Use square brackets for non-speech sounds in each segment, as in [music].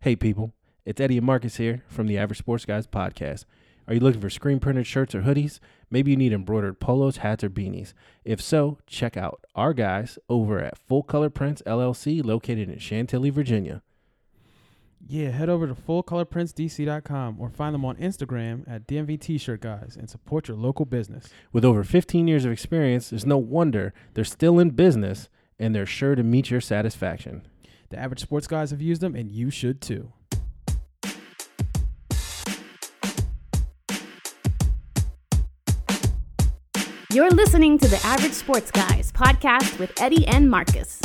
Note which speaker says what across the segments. Speaker 1: Hey, people, it's Eddie and Marcus here from the Average Sports Guys podcast. Are you looking for screen printed shirts or hoodies? Maybe you need embroidered polos, hats, or beanies. If so, check out our guys over at Full Color Prints LLC, located in Chantilly, Virginia.
Speaker 2: Yeah, head over to fullcolorprintsdc.com or find them on Instagram at DMV T-shirt guys and support your local business.
Speaker 1: With over 15 years of experience, it's no wonder they're still in business and they're sure to meet your satisfaction.
Speaker 2: The average sports guys have used them and you should too.
Speaker 3: You're listening to the Average Sports Guys podcast with Eddie and Marcus.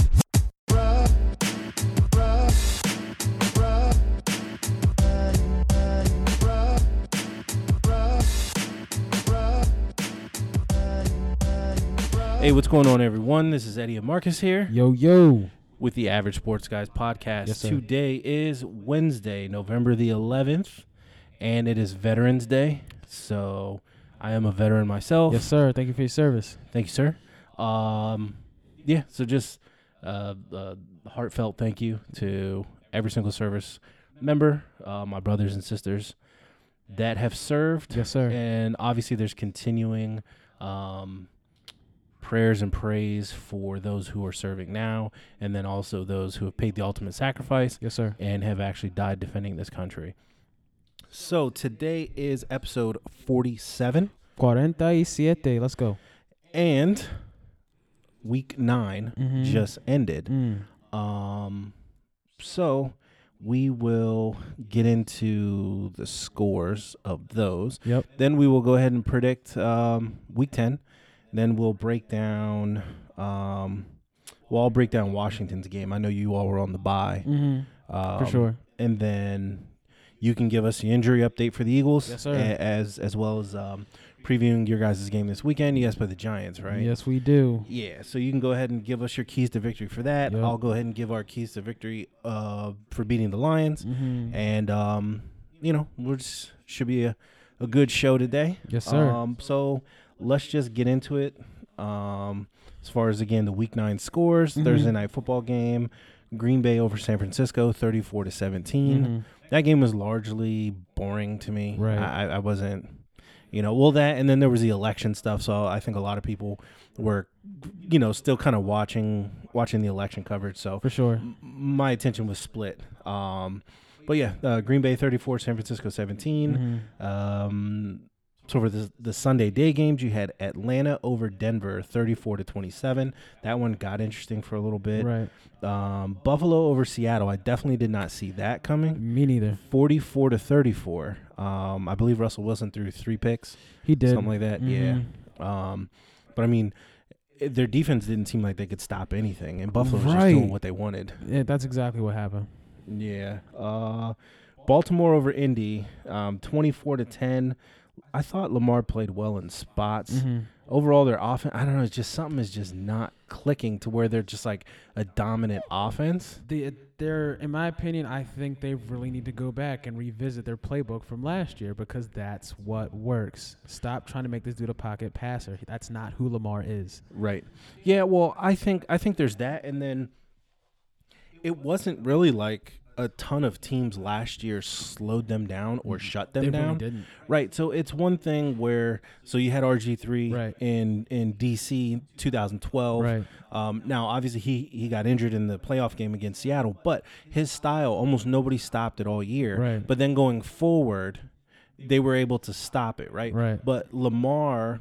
Speaker 1: Hey, what's going on, everyone? This is Eddie and Marcus here
Speaker 2: Yo yo.
Speaker 1: with the Average Sports Guys podcast.
Speaker 2: Yes, sir.
Speaker 1: Today is Wednesday, November the 11th, and it is Veterans Day. So I am a veteran myself.
Speaker 2: Yes sir, thank you for your service.
Speaker 1: Thank you, sir. Um, yeah, so just uh, a heartfelt thank you to every single service member, uh, my brothers and sisters that have served.
Speaker 2: Yes sir.
Speaker 1: And obviously, there's continuing um, prayers and praise for those who are serving now, and then also those who have paid the ultimate sacrifice
Speaker 2: Yes sir.
Speaker 1: and have actually died defending this country. So today is episode 47
Speaker 2: Cuarenta y siete. Let's go.
Speaker 1: and week 9
Speaker 2: Mhm.
Speaker 1: just ended.
Speaker 2: Mm.
Speaker 1: Um, so we will get into the scores of those.
Speaker 2: Yep.
Speaker 1: Then we will go ahead and predict um, week 10. Then we'll break down. Um, well, I'll break down Washington's game. I know you all were on the bye.
Speaker 2: hmm
Speaker 1: Um,
Speaker 2: For sure.
Speaker 1: And then you can give us the injury update for the Eagles.
Speaker 2: Yes, sir.
Speaker 1: a- As, as well as um, previewing your guys' game this weekend. You guys play the Giants, right?
Speaker 2: Yes, we do.
Speaker 1: Yeah, so you can go ahead and give us your keys to victory for that.
Speaker 2: Yep.
Speaker 1: I'll go ahead and give our keys to victory uh, for beating the Lions.
Speaker 2: hmm
Speaker 1: And, um, you know, we're just should be a, a good show today.
Speaker 2: Yes sir.
Speaker 1: Um, so let's just get into it. Um, as far as, again, the week nine scores,
Speaker 2: Mhm.
Speaker 1: Thursday night football game, Green Bay over San Francisco, 34 to 17.
Speaker 2: Mhm.
Speaker 1: That game was largely boring to me.
Speaker 2: Right.
Speaker 1: I, I wasn't, you know, well, that, and then there was the election stuff. So I think a lot of people were, you know, still kind of watching, watching the election coverage. So
Speaker 2: For sure.
Speaker 1: m- my attention was split. Um, but yeah, uh, Green Bay 34, San Francisco 17.
Speaker 2: Mhm.
Speaker 1: Um, so for the, the Sunday day games, you had Atlanta over Denver 34 to 27. That one got interesting for a little bit.
Speaker 2: Right.
Speaker 1: Um, Buffalo over Seattle. I definitely did not see that coming.
Speaker 2: Me neither.
Speaker 1: 44 to 34. Um, I believe Russell Wilson threw three picks,
Speaker 2: He did.
Speaker 1: something like that.
Speaker 2: Mhm.
Speaker 1: Yeah. Um, but I mean, i- their defense didn't seem like they could stop anything, and Buffalo was just
Speaker 2: Right.
Speaker 1: doing what they wanted.
Speaker 2: Yeah, that's exactly what happened.
Speaker 1: Yeah. Uh, Baltimore over Indy, um, 24 to 10. I thought Lamar played well in spots.
Speaker 2: Mhm.
Speaker 1: Overall, their offense, I don't know, it's just something is just not clicking to where they're just like a dominant offense.
Speaker 2: The, they're, in my opinion, I think they really need to go back and revisit their playbook from last year because that's what works. Stop trying to make this dude a pocket passer. That's not who Lamar is.
Speaker 1: Right. Yeah, well, I think I think there's that and then it wasn't really like a ton of teams last year slowed them down or shut them
Speaker 2: Mm-hmm. they
Speaker 1: down.
Speaker 2: really didn't.
Speaker 1: Right. So it's one thing where so you had RG three
Speaker 2: Right.
Speaker 1: in in DC 2012.
Speaker 2: Right.
Speaker 1: Um, now obviously he he got injured in the playoff game against Seattle, but his style almost nobody stopped it all year.
Speaker 2: Right.
Speaker 1: But then going forward, they were able to stop it. Right.
Speaker 2: Right.
Speaker 1: But Lamar.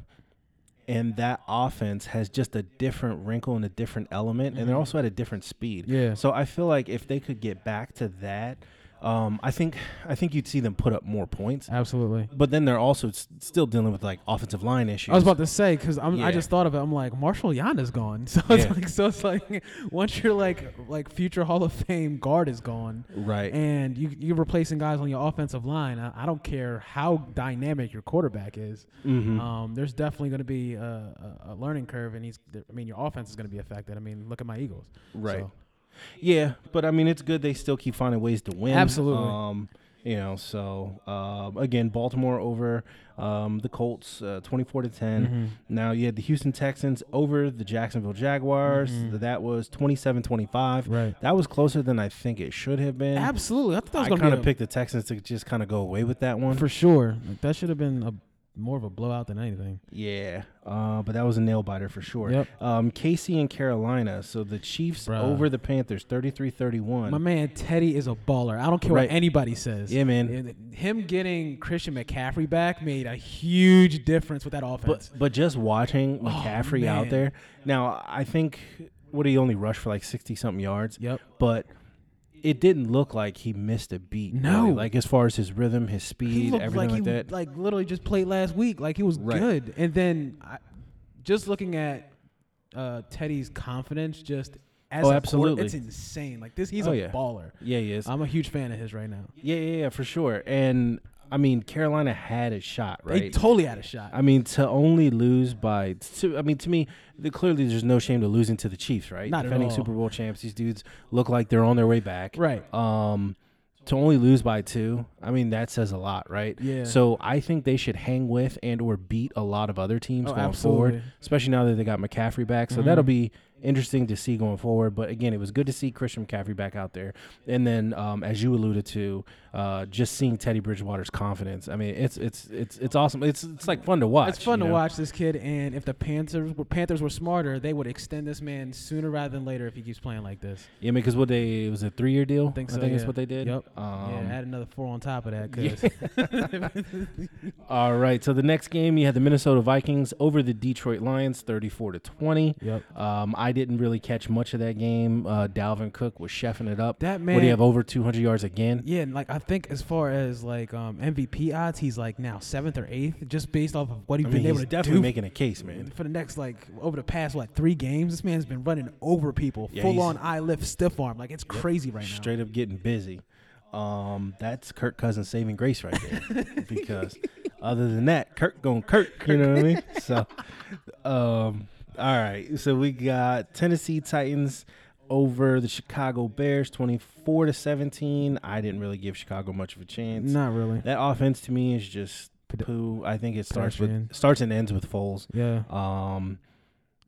Speaker 1: And that offense has just a different wrinkle and a different element, and they're also at a different speed.
Speaker 2: Mm-hmm. Yeah.
Speaker 1: So I feel like if they could get back to that, um, I think I think you'd see them put up more points.
Speaker 2: Absolutely.
Speaker 1: But then they're also s- still dealing with like offensive line issues.
Speaker 2: I was about to say because
Speaker 1: Yeah.
Speaker 2: I just thought of it. I'm like Marshall Yana's gone, [laughs] so it's
Speaker 1: Yeah.
Speaker 2: like so it's like once you're like like future Hall of Fame guard is gone,
Speaker 1: right.
Speaker 2: and you you're replacing guys on your offensive line. I, I don't care how dynamic your quarterback is.
Speaker 1: Mhm.
Speaker 2: Um, there's definitely going to be a, a, a learning curve, and he's. I mean, your offense is going to be affected. I mean, look at my Eagles.
Speaker 1: Right.
Speaker 2: So,
Speaker 1: yeah, but I mean, it's good they still keep finding ways to win.
Speaker 2: Absolutely.
Speaker 1: Um, You know, so um, again, Baltimore over um, the Colts, uh, twenty-four to 10 Now you had the Houston Texans over the Jacksonville Jaguars. That was 27-25.
Speaker 2: Right.
Speaker 1: That was closer than I think it should have been.
Speaker 2: Absolutely. I thought that was
Speaker 1: I
Speaker 2: going
Speaker 1: kind
Speaker 2: to
Speaker 1: of picked the Texans to just kind of go away with that one.
Speaker 2: for sure. Like, that should have been a more of a blowout than anything.
Speaker 1: Yeah, uh, but that was a nail biter for sure.
Speaker 2: Yep.
Speaker 1: Um, Casey and Carolina. So the Chiefs
Speaker 2: Bruh.
Speaker 1: over the Panthers, 33-31.
Speaker 2: My man Teddy is a baller. I don't care
Speaker 1: Right.
Speaker 2: what anybody says.
Speaker 1: Yeah, man.
Speaker 2: And Him getting Christian McCaffrey back made a huge difference with that
Speaker 1: But
Speaker 2: offense.
Speaker 1: but just watching McCaffrey out
Speaker 2: Oh, man.
Speaker 1: there. Now I think what he only rushed for like sixty something yards.
Speaker 2: Yep.
Speaker 1: But it didn't look like he missed a beat.
Speaker 2: No.
Speaker 1: really. Like as far as his rhythm, his
Speaker 2: he
Speaker 1: speed,
Speaker 2: looked
Speaker 1: everything
Speaker 2: like,
Speaker 1: like,
Speaker 2: he
Speaker 1: that.
Speaker 2: like literally just played last week. Like he was
Speaker 1: Right.
Speaker 2: good. And then I, just looking at uh, Teddy's confidence, just
Speaker 1: Oh,
Speaker 2: as a quar-
Speaker 1: absolutely.
Speaker 2: it's insane. Like this, he's
Speaker 1: Oh,
Speaker 2: a
Speaker 1: yeah.
Speaker 2: baller.
Speaker 1: yeah, he is.
Speaker 2: I'm a huge fan of his right now.
Speaker 1: yeah, yeah, yeah, for sure. And I mean, Carolina had a shot, right?
Speaker 2: They totally had a shot.
Speaker 1: I mean, to only lose by, to, I mean, to me, the, clearly there's no shame to losing to the Chiefs, right?
Speaker 2: Not at
Speaker 1: Defending
Speaker 2: all.
Speaker 1: Super Bowl champs, these dudes look like they're on their way back,
Speaker 2: Right.
Speaker 1: Um, to only lose by two, I mean, that says a lot, right?
Speaker 2: Yeah.
Speaker 1: So I think they should hang with and or beat a lot of other teams
Speaker 2: Oh,
Speaker 1: going forward,
Speaker 2: absolutely. Mm-hmm.
Speaker 1: especially now that they got McCaffrey back. So that'll be interesting to see going forward. But again, it was good to see Christian McCaffrey back out there, and then um, as you alluded to, uh, just seeing Teddy Bridgewater's confidence. I mean, it's it's it's it's awesome. It's it's like fun to watch.
Speaker 2: It's fun
Speaker 1: you
Speaker 2: to
Speaker 1: know?
Speaker 2: watch this kid, and if the Panthers were, Panthers were smarter, they would extend this man sooner rather than later if he keeps playing like this.
Speaker 1: Yeah, because what they it was a three year deal.
Speaker 2: I think so.
Speaker 1: I think
Speaker 2: yeah.
Speaker 1: that's what they did.
Speaker 2: Yep.
Speaker 1: Um,
Speaker 2: yeah, add another four on top of that.
Speaker 1: [laughs]
Speaker 2: 'cause-
Speaker 1: All right. So the next game, you had the Minnesota Vikings over the Detroit Lions, thirty-four to twenty.
Speaker 2: Yep.
Speaker 1: Um, I didn't really catch much of that game. Uh, Dalvin Cook was chefing it up.
Speaker 2: That
Speaker 1: Would he
Speaker 2: man-
Speaker 1: have over two hundred yards again?
Speaker 2: yeah, and like I think as far as like um, MVP odds, he's like now seventh or eighth, just based off of what he's
Speaker 1: I mean,
Speaker 2: been able
Speaker 1: he's
Speaker 2: to
Speaker 1: definitely
Speaker 2: do
Speaker 1: making a case, man.
Speaker 2: for the next like over the past what three games. This man's been running over people,
Speaker 1: Yeah,
Speaker 2: full
Speaker 1: he's-
Speaker 2: on eye lift, stiff arm, like it's crazy right now.
Speaker 1: Straight up getting busy. Um, that's Kirk Cousins saving grace right there.
Speaker 2: [laughs]
Speaker 1: because other than that, Kirk going Kirk. You know what I
Speaker 2: [laughs]
Speaker 1: mean? So, um, all right. So we got Tennessee Titans over the Chicago Bears, twenty-four to seventeen. I didn't really give Chicago much of a chance.
Speaker 2: Not really.
Speaker 1: That offense to me is just poo. I think it starts
Speaker 2: pedestrian.
Speaker 1: with starts and ends with Foles.
Speaker 2: Yeah.
Speaker 1: Um,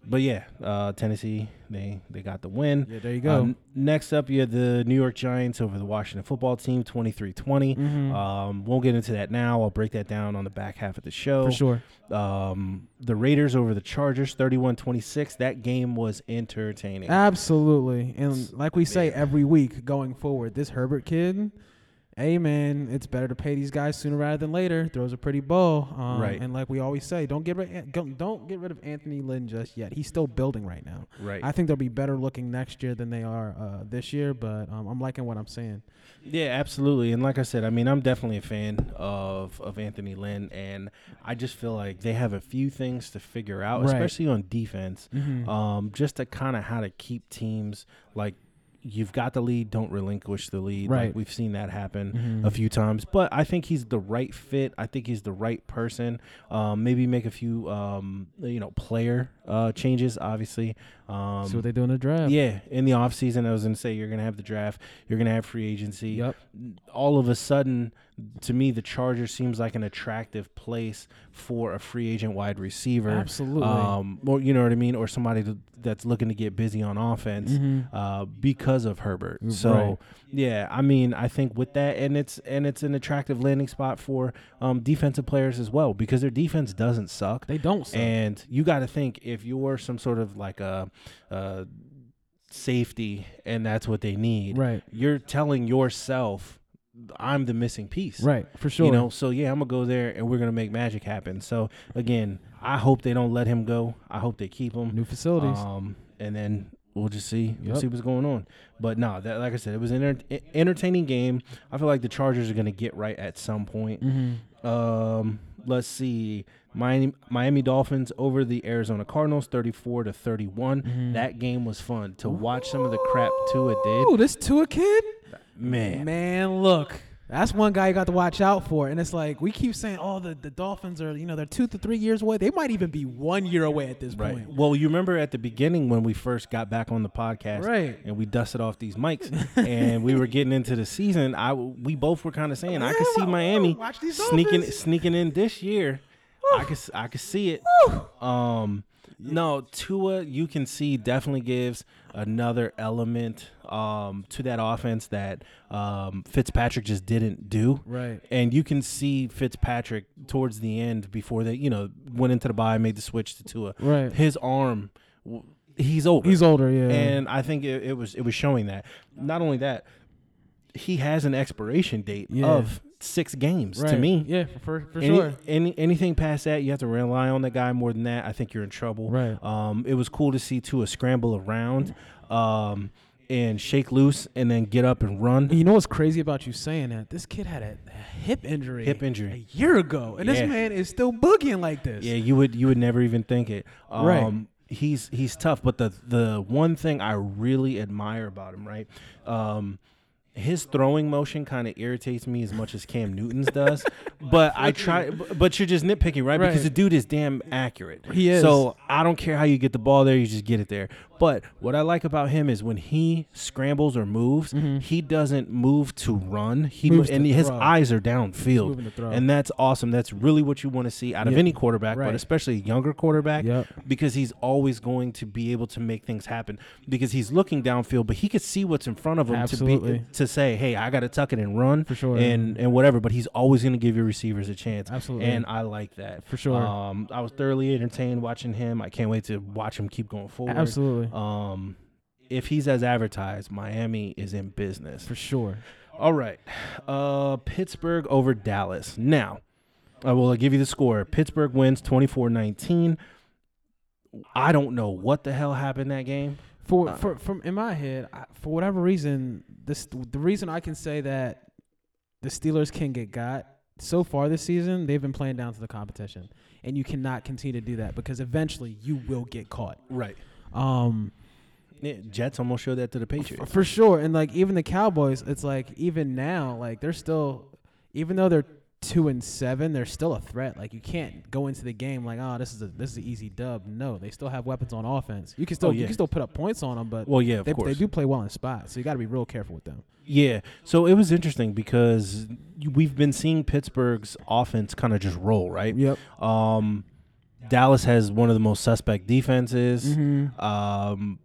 Speaker 1: but yeah, uh, Tennessee they they got the win.
Speaker 2: Yeah, there you go.
Speaker 1: Um, next up, you had the New York Giants over the Washington Football Team, 23-20.
Speaker 2: Mm-hmm.
Speaker 1: Um, won't get into that now. I'll break that down on the back half of the show.
Speaker 2: For sure.
Speaker 1: Um, the Raiders over the Chargers, 31-26. That game was entertaining.
Speaker 2: Ah, Absolutely. And like we say every week going forward, this Herbert kid, hey man, it's better to pay these guys sooner rather than later. Throws a pretty ball. Um,
Speaker 1: Right.
Speaker 2: And like we always say, don't get rid don't don't get rid of Anthony Lynn just yet. He's still building right now.
Speaker 1: Right.
Speaker 2: I think they'll be better looking next year than they are uh, this year, but um, I'm liking what I'm seeing.
Speaker 1: Yeah, absolutely. And like I said, I mean, I'm definitely a fan of of Anthony Lynn, and I just feel like they have a few things to figure out,
Speaker 2: Right.
Speaker 1: especially on defense,
Speaker 2: Mm-hmm.
Speaker 1: um, just to kind of how to keep teams like. You've got the lead. Don't relinquish the lead.
Speaker 2: Right. Mm-hmm.
Speaker 1: Like we've seen that happen Mm-hmm. a few times, but I think he's the right fit. I think he's the right person. Um, maybe make a few, um, you know, player uh, changes. Obviously, um,
Speaker 2: See what they do in the draft.
Speaker 1: yeah, in the offseason, I was going to say you're going to have the draft, you're going to have free agency.
Speaker 2: Yep.
Speaker 1: All of a sudden, to me, the Chargers seems like an attractive place for a free agent wide receiver.
Speaker 2: Absolutely.
Speaker 1: Um, or, you know what I mean? Or somebody to, that's looking to get busy on offense uh, because of Herbert. So,
Speaker 2: Mm-hmm. Mm, Right.
Speaker 1: yeah, I mean, I think with that, and it's and it's an attractive landing spot for um, defensive players as well because their defense doesn't suck.
Speaker 2: They don't suck.
Speaker 1: And you got to think if you're some sort of like a, a safety, and that's what they need.
Speaker 2: Right.
Speaker 1: You're telling yourself, "I'm the missing piece."
Speaker 2: Right, for sure.
Speaker 1: You know, so yeah, I'm gonna go there, and we're gonna make magic happen. So again, I hope they don't let him go. I hope they keep him.
Speaker 2: New facilities.
Speaker 1: Um, and then we'll just see. We'll
Speaker 2: Yep.
Speaker 1: see what's going on. But no, that like I said, it was an enter- e, entertaining game. I feel like the Chargers are going to get right at some point.
Speaker 2: Mm-hmm.
Speaker 1: Um, let's see. Miami, Miami Dolphins over the Arizona Cardinals, thirty-four to 31
Speaker 2: Mm-hmm.
Speaker 1: That game was fun to watch. Some of the crap Tua
Speaker 2: Ooh,
Speaker 1: did,
Speaker 2: this Tua kid?
Speaker 1: man.
Speaker 2: Man, look. That's one guy you got to watch out for. And it's like we keep saying, oh, the, the Dolphins are, you know, they're two to three years away. They might even be one year away at this
Speaker 1: Right.
Speaker 2: point.
Speaker 1: Well, you remember at the beginning when we first got back on the podcast,
Speaker 2: Right.
Speaker 1: And we dusted off these
Speaker 2: [laughs]
Speaker 1: mics, and we were getting into the season. I we both were kind of saying I could
Speaker 2: Yeah,
Speaker 1: see
Speaker 2: wa-
Speaker 1: Miami
Speaker 2: watch these
Speaker 1: sneaking
Speaker 2: Dolphins."
Speaker 1: sneaking in this year. I could s- I could see it. Um, no, Tua, you can see definitely gives another element um to that offense that um Fitzpatrick just didn't do.
Speaker 2: Right.
Speaker 1: And you can see Fitzpatrick towards the end before they, you know, went into the bye, made the switch to Tua.
Speaker 2: Right.
Speaker 1: His arm, w- he's older.
Speaker 2: He's older, yeah.
Speaker 1: And I think it, it was it was showing that. Not only that, he has an expiration date
Speaker 2: Yeah.
Speaker 1: of six games to
Speaker 2: Right.
Speaker 1: me.
Speaker 2: Yeah, for, for, for
Speaker 1: Any-
Speaker 2: sure.
Speaker 1: Any anything past that, you have to rely on the guy more than that. I think you're in trouble.
Speaker 2: Right.
Speaker 1: Um, it was cool to see Tua scramble around, um, and shake loose, and then get up and run.
Speaker 2: And you know what's crazy about you saying that? This kid had a hip injury.
Speaker 1: Hip injury.
Speaker 2: A year ago. And
Speaker 1: Yeah.
Speaker 2: this man is still boogieing like this.
Speaker 1: Yeah, you would you would never even think it. Um,
Speaker 2: Right.
Speaker 1: He's he's tough, but the the one thing I really admire about him, right? Um, his throwing motion kind of irritates me as much as Cam Newton's
Speaker 2: [laughs]
Speaker 1: does, but I try. bu- But you're just nitpicking, right? Because
Speaker 2: Right.
Speaker 1: the dude is damn accurate.
Speaker 2: He is.
Speaker 1: So I don't care how you get the ball there, you just get it there. But what I like about him is when he scrambles or moves, he doesn't move to run. He
Speaker 2: Mm-hmm. Moves to
Speaker 1: and his
Speaker 2: throw.
Speaker 1: eyes are downfield,
Speaker 2: moving to throw.
Speaker 1: and that's awesome. That's really what you want to see out of
Speaker 2: Yeah.
Speaker 1: any quarterback, but
Speaker 2: Right.
Speaker 1: especially a younger quarterback,
Speaker 2: Yep.
Speaker 1: because he's always going to be able to make things happen because he's looking downfield, but he could see what's in front of him to
Speaker 2: Absolutely.
Speaker 1: be to say, "Hey, I got to tuck it and run
Speaker 2: For sure.
Speaker 1: and and whatever." But he's always going to give your receivers a chance,
Speaker 2: Absolutely.
Speaker 1: and I like that
Speaker 2: For sure.
Speaker 1: Um, I was thoroughly entertained watching him. I can't wait to watch him keep going forward.
Speaker 2: Absolutely.
Speaker 1: Um, if he's as advertised, Miami is in business.
Speaker 2: for sure.
Speaker 1: All right. Uh, Pittsburgh over Dallas. Now, I will uh, give you the score. Pittsburgh wins 24 19. I don't know what the hell happened that game.
Speaker 2: For, for from in my head, I, for whatever reason, this the reason I can say that the Steelers can get got so far this season, they've been playing down to the competition, and you cannot continue to do that because eventually you will get caught.
Speaker 1: Right.
Speaker 2: Um,
Speaker 1: Jets almost showed that to the Patriots.
Speaker 2: for sure, and like even the Cowboys, it's like even now, like they're still, even though they're two and seven, they're still a threat. Like you can't go into the game like, oh, this is a this is an easy dub. No, they still have weapons on offense. You can still
Speaker 1: yeah.
Speaker 2: you can still put up points on them, but
Speaker 1: Well, yeah, of
Speaker 2: they,
Speaker 1: course.
Speaker 2: they do play well in spots, so you got to be real careful with them.
Speaker 1: Yeah. So it was interesting because you- we've been seeing Pittsburgh's offense kind of just roll, right?
Speaker 2: Yep.
Speaker 1: Um, Dallas has one of the most suspect defenses.
Speaker 2: Mm-hmm.
Speaker 1: Um,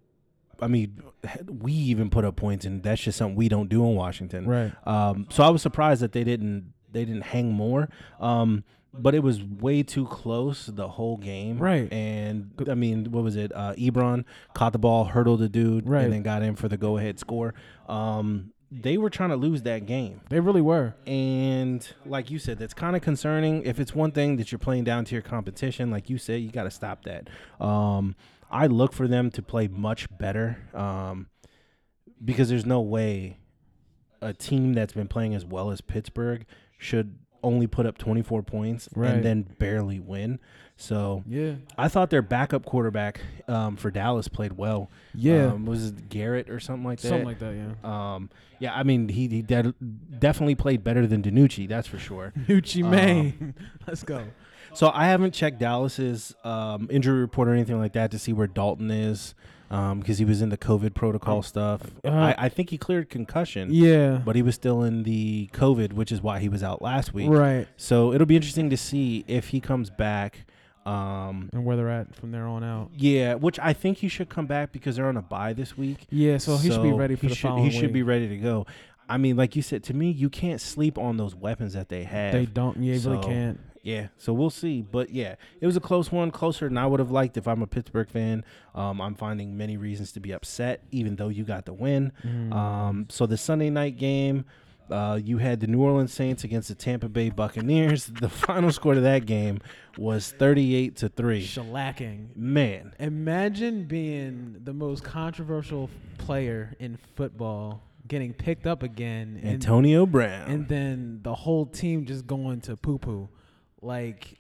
Speaker 1: I mean, we even put up points, and that's just something we don't do in Washington.
Speaker 2: Right.
Speaker 1: Um, so I was surprised that they didn't they didn't hang more. Um, but it was way too close the whole game.
Speaker 2: Right.
Speaker 1: And I mean, what was it? Uh, Ebron caught the ball, hurdled a dude,
Speaker 2: Right.
Speaker 1: and then got in for the go ahead score. Um, they were trying to lose that game.
Speaker 2: They really were.
Speaker 1: And like you said, that's kind of concerning. If it's one thing that you're playing down to your competition, like you said, you got to stop that. Um, I look for them to play much better um, because there's no way a team that's been playing as well as Pittsburgh should only put up 24 points
Speaker 2: Right.
Speaker 1: and then barely win. So
Speaker 2: Yeah.
Speaker 1: I thought their backup quarterback um, for Dallas played well.
Speaker 2: Yeah.
Speaker 1: Um, was it Garrett or something like that?
Speaker 2: Something like that. Yeah.
Speaker 1: Um, yeah, I mean, he, he de- definitely played better than DiNucci, that's for
Speaker 2: [laughs]
Speaker 1: sure. [laughs]
Speaker 2: Nucci Maine. Let's go.
Speaker 1: So I haven't checked Dallas's um, injury report or anything like that to see where Dalton is because he was in the COVID protocol stuff.
Speaker 2: uh,
Speaker 1: I, I think he cleared concussion,
Speaker 2: Yeah.
Speaker 1: but he was still in the COVID, which is why he was out last week.
Speaker 2: Right.
Speaker 1: So it'll be interesting to see if he comes back. Um,
Speaker 2: And where they're at from there on out.
Speaker 1: yeah, which I think he should come back because they're on a bye this week.
Speaker 2: Yeah. So he should be ready for
Speaker 1: he
Speaker 2: the
Speaker 1: should,
Speaker 2: following
Speaker 1: He should be ready to go. I mean, like you said to me, you can't sleep on those weapons that they have.
Speaker 2: They don't. Yeah.
Speaker 1: So-
Speaker 2: really can't.
Speaker 1: Yeah, so we'll see. But yeah, it was a close one, closer than I would have liked if I'm a Pittsburgh fan. Um, I'm finding many reasons to be upset, even though you got the win.
Speaker 2: Mm.
Speaker 1: Um, so the Sunday night game, uh, you had the New Orleans Saints against the Tampa Bay Buccaneers. [laughs] the final score to that game was 38 to three.
Speaker 2: Shellacking.
Speaker 1: Man,
Speaker 2: Imagine being the most controversial player in football, getting picked up again, and
Speaker 1: Antonio Brown.
Speaker 2: and then the whole team just going to poo poo. Like,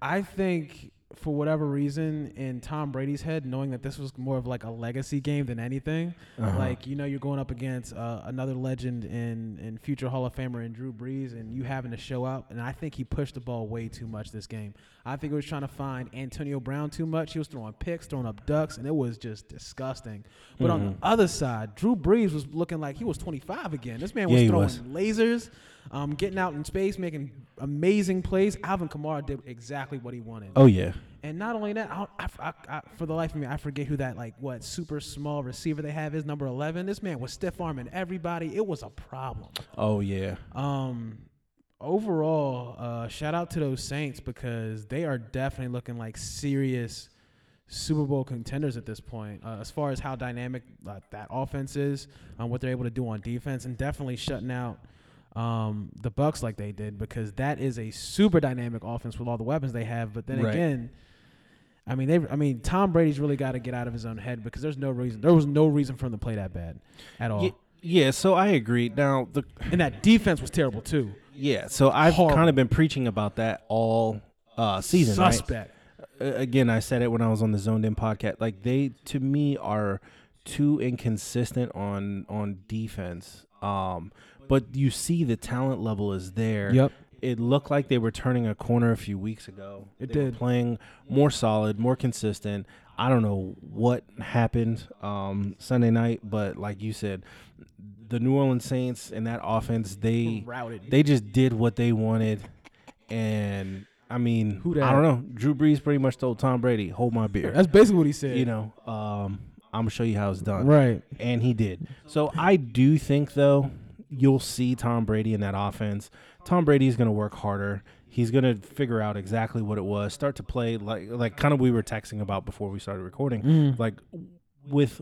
Speaker 2: I think for whatever reason, in Tom Brady's head, knowing that this was more of like a legacy game than anything,
Speaker 1: Uh-huh.
Speaker 2: like you know you're going up against uh, another legend and and future Hall of Famer and Drew Brees, and you having to show up. And I think he pushed the ball way too much this game. I think he was trying to find Antonio Brown too much. He was throwing picks, throwing up ducks, and it was just disgusting. But on
Speaker 1: Mm-hmm.
Speaker 2: the other side, Drew Brees was looking like he was 25 again. This man
Speaker 1: Yeah,
Speaker 2: was
Speaker 1: he
Speaker 2: throwing
Speaker 1: was.
Speaker 2: lasers, um, getting out in space, making amazing plays. Alvin Kamara did exactly what he wanted.
Speaker 1: oh yeah.
Speaker 2: And not only that, I, don't, I, I- I- for the life of me, I forget who that like what super small receiver they have is number eleven. This man was stiff arming everybody. It was a problem.
Speaker 1: Oh yeah.
Speaker 2: Um, overall, uh, shout out to those Saints because they are definitely looking like serious Super Bowl contenders at this point. Uh, as far as how dynamic uh, that offense is, um, what they're able to do on defense, and definitely shutting out um, the Bucks like they did because that is a super dynamic offense with all the weapons they have. But then
Speaker 1: Right.
Speaker 2: again. I mean, they. I mean, Tom Brady's really got to get out of his own head because there's no reason. There was no reason for him to play that bad, at all.
Speaker 1: Ye- Yeah, so I agree. Now the
Speaker 2: And that defense was terrible too.
Speaker 1: yeah, so I've
Speaker 2: Horrible.
Speaker 1: kind of been preaching about that all uh season, right?
Speaker 2: Suspect.
Speaker 1: A- again, I said it when I was on the Zoned In podcast. Like they to me are too inconsistent on on defense. Um, but you see the talent level is there.
Speaker 2: Yep.
Speaker 1: It looked like they were turning a corner a few weeks ago.
Speaker 2: It
Speaker 1: They were
Speaker 2: did.
Speaker 1: playing more solid, more consistent. I don't know what happened um, Sunday night, but like you said, the New Orleans Saints and that offense, they
Speaker 2: Routed.
Speaker 1: they just did what they wanted, and I mean,
Speaker 2: Who dat?
Speaker 1: I don't know. Drew Brees pretty much told Tom Brady, "Hold my beer,"
Speaker 2: That's basically what he
Speaker 1: [laughs]
Speaker 2: said.
Speaker 1: you know. Um, I'm gonna show you how it's done,
Speaker 2: Right.
Speaker 1: and he did. So I do think though, you'll see Tom Brady in that offense. Tom Brady's gonna work harder. He's gonna figure out exactly what it was. Start to play like like kind of we were texting about before we started recording,
Speaker 2: Mm.
Speaker 1: like with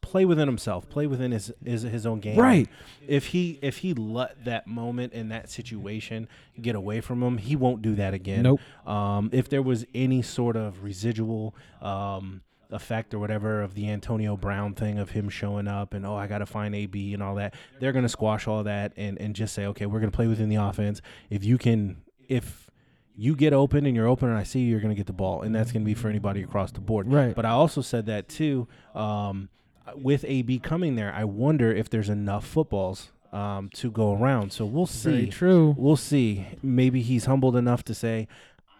Speaker 1: play within himself, play within his his, his own game.
Speaker 2: Right.
Speaker 1: If he if he let that moment and that situation get away from him, he won't do that again.
Speaker 2: Nope.
Speaker 1: Um, if there was any sort of residual um, effect or whatever of the Antonio Brown thing of him showing up and oh I got to find AB and all that, they're gonna squash all that and and just say okay we're gonna play within the offense. If you can if you get open and you're open and I see you, you're going to get the ball. And that's going to be for anybody across the board.
Speaker 2: Right.
Speaker 1: But I also said that too. Um, with AB coming there, I wonder if there's enough footballs um, to go around. So we'll see.
Speaker 2: Very true.
Speaker 1: We'll see. Maybe he's humbled enough to say,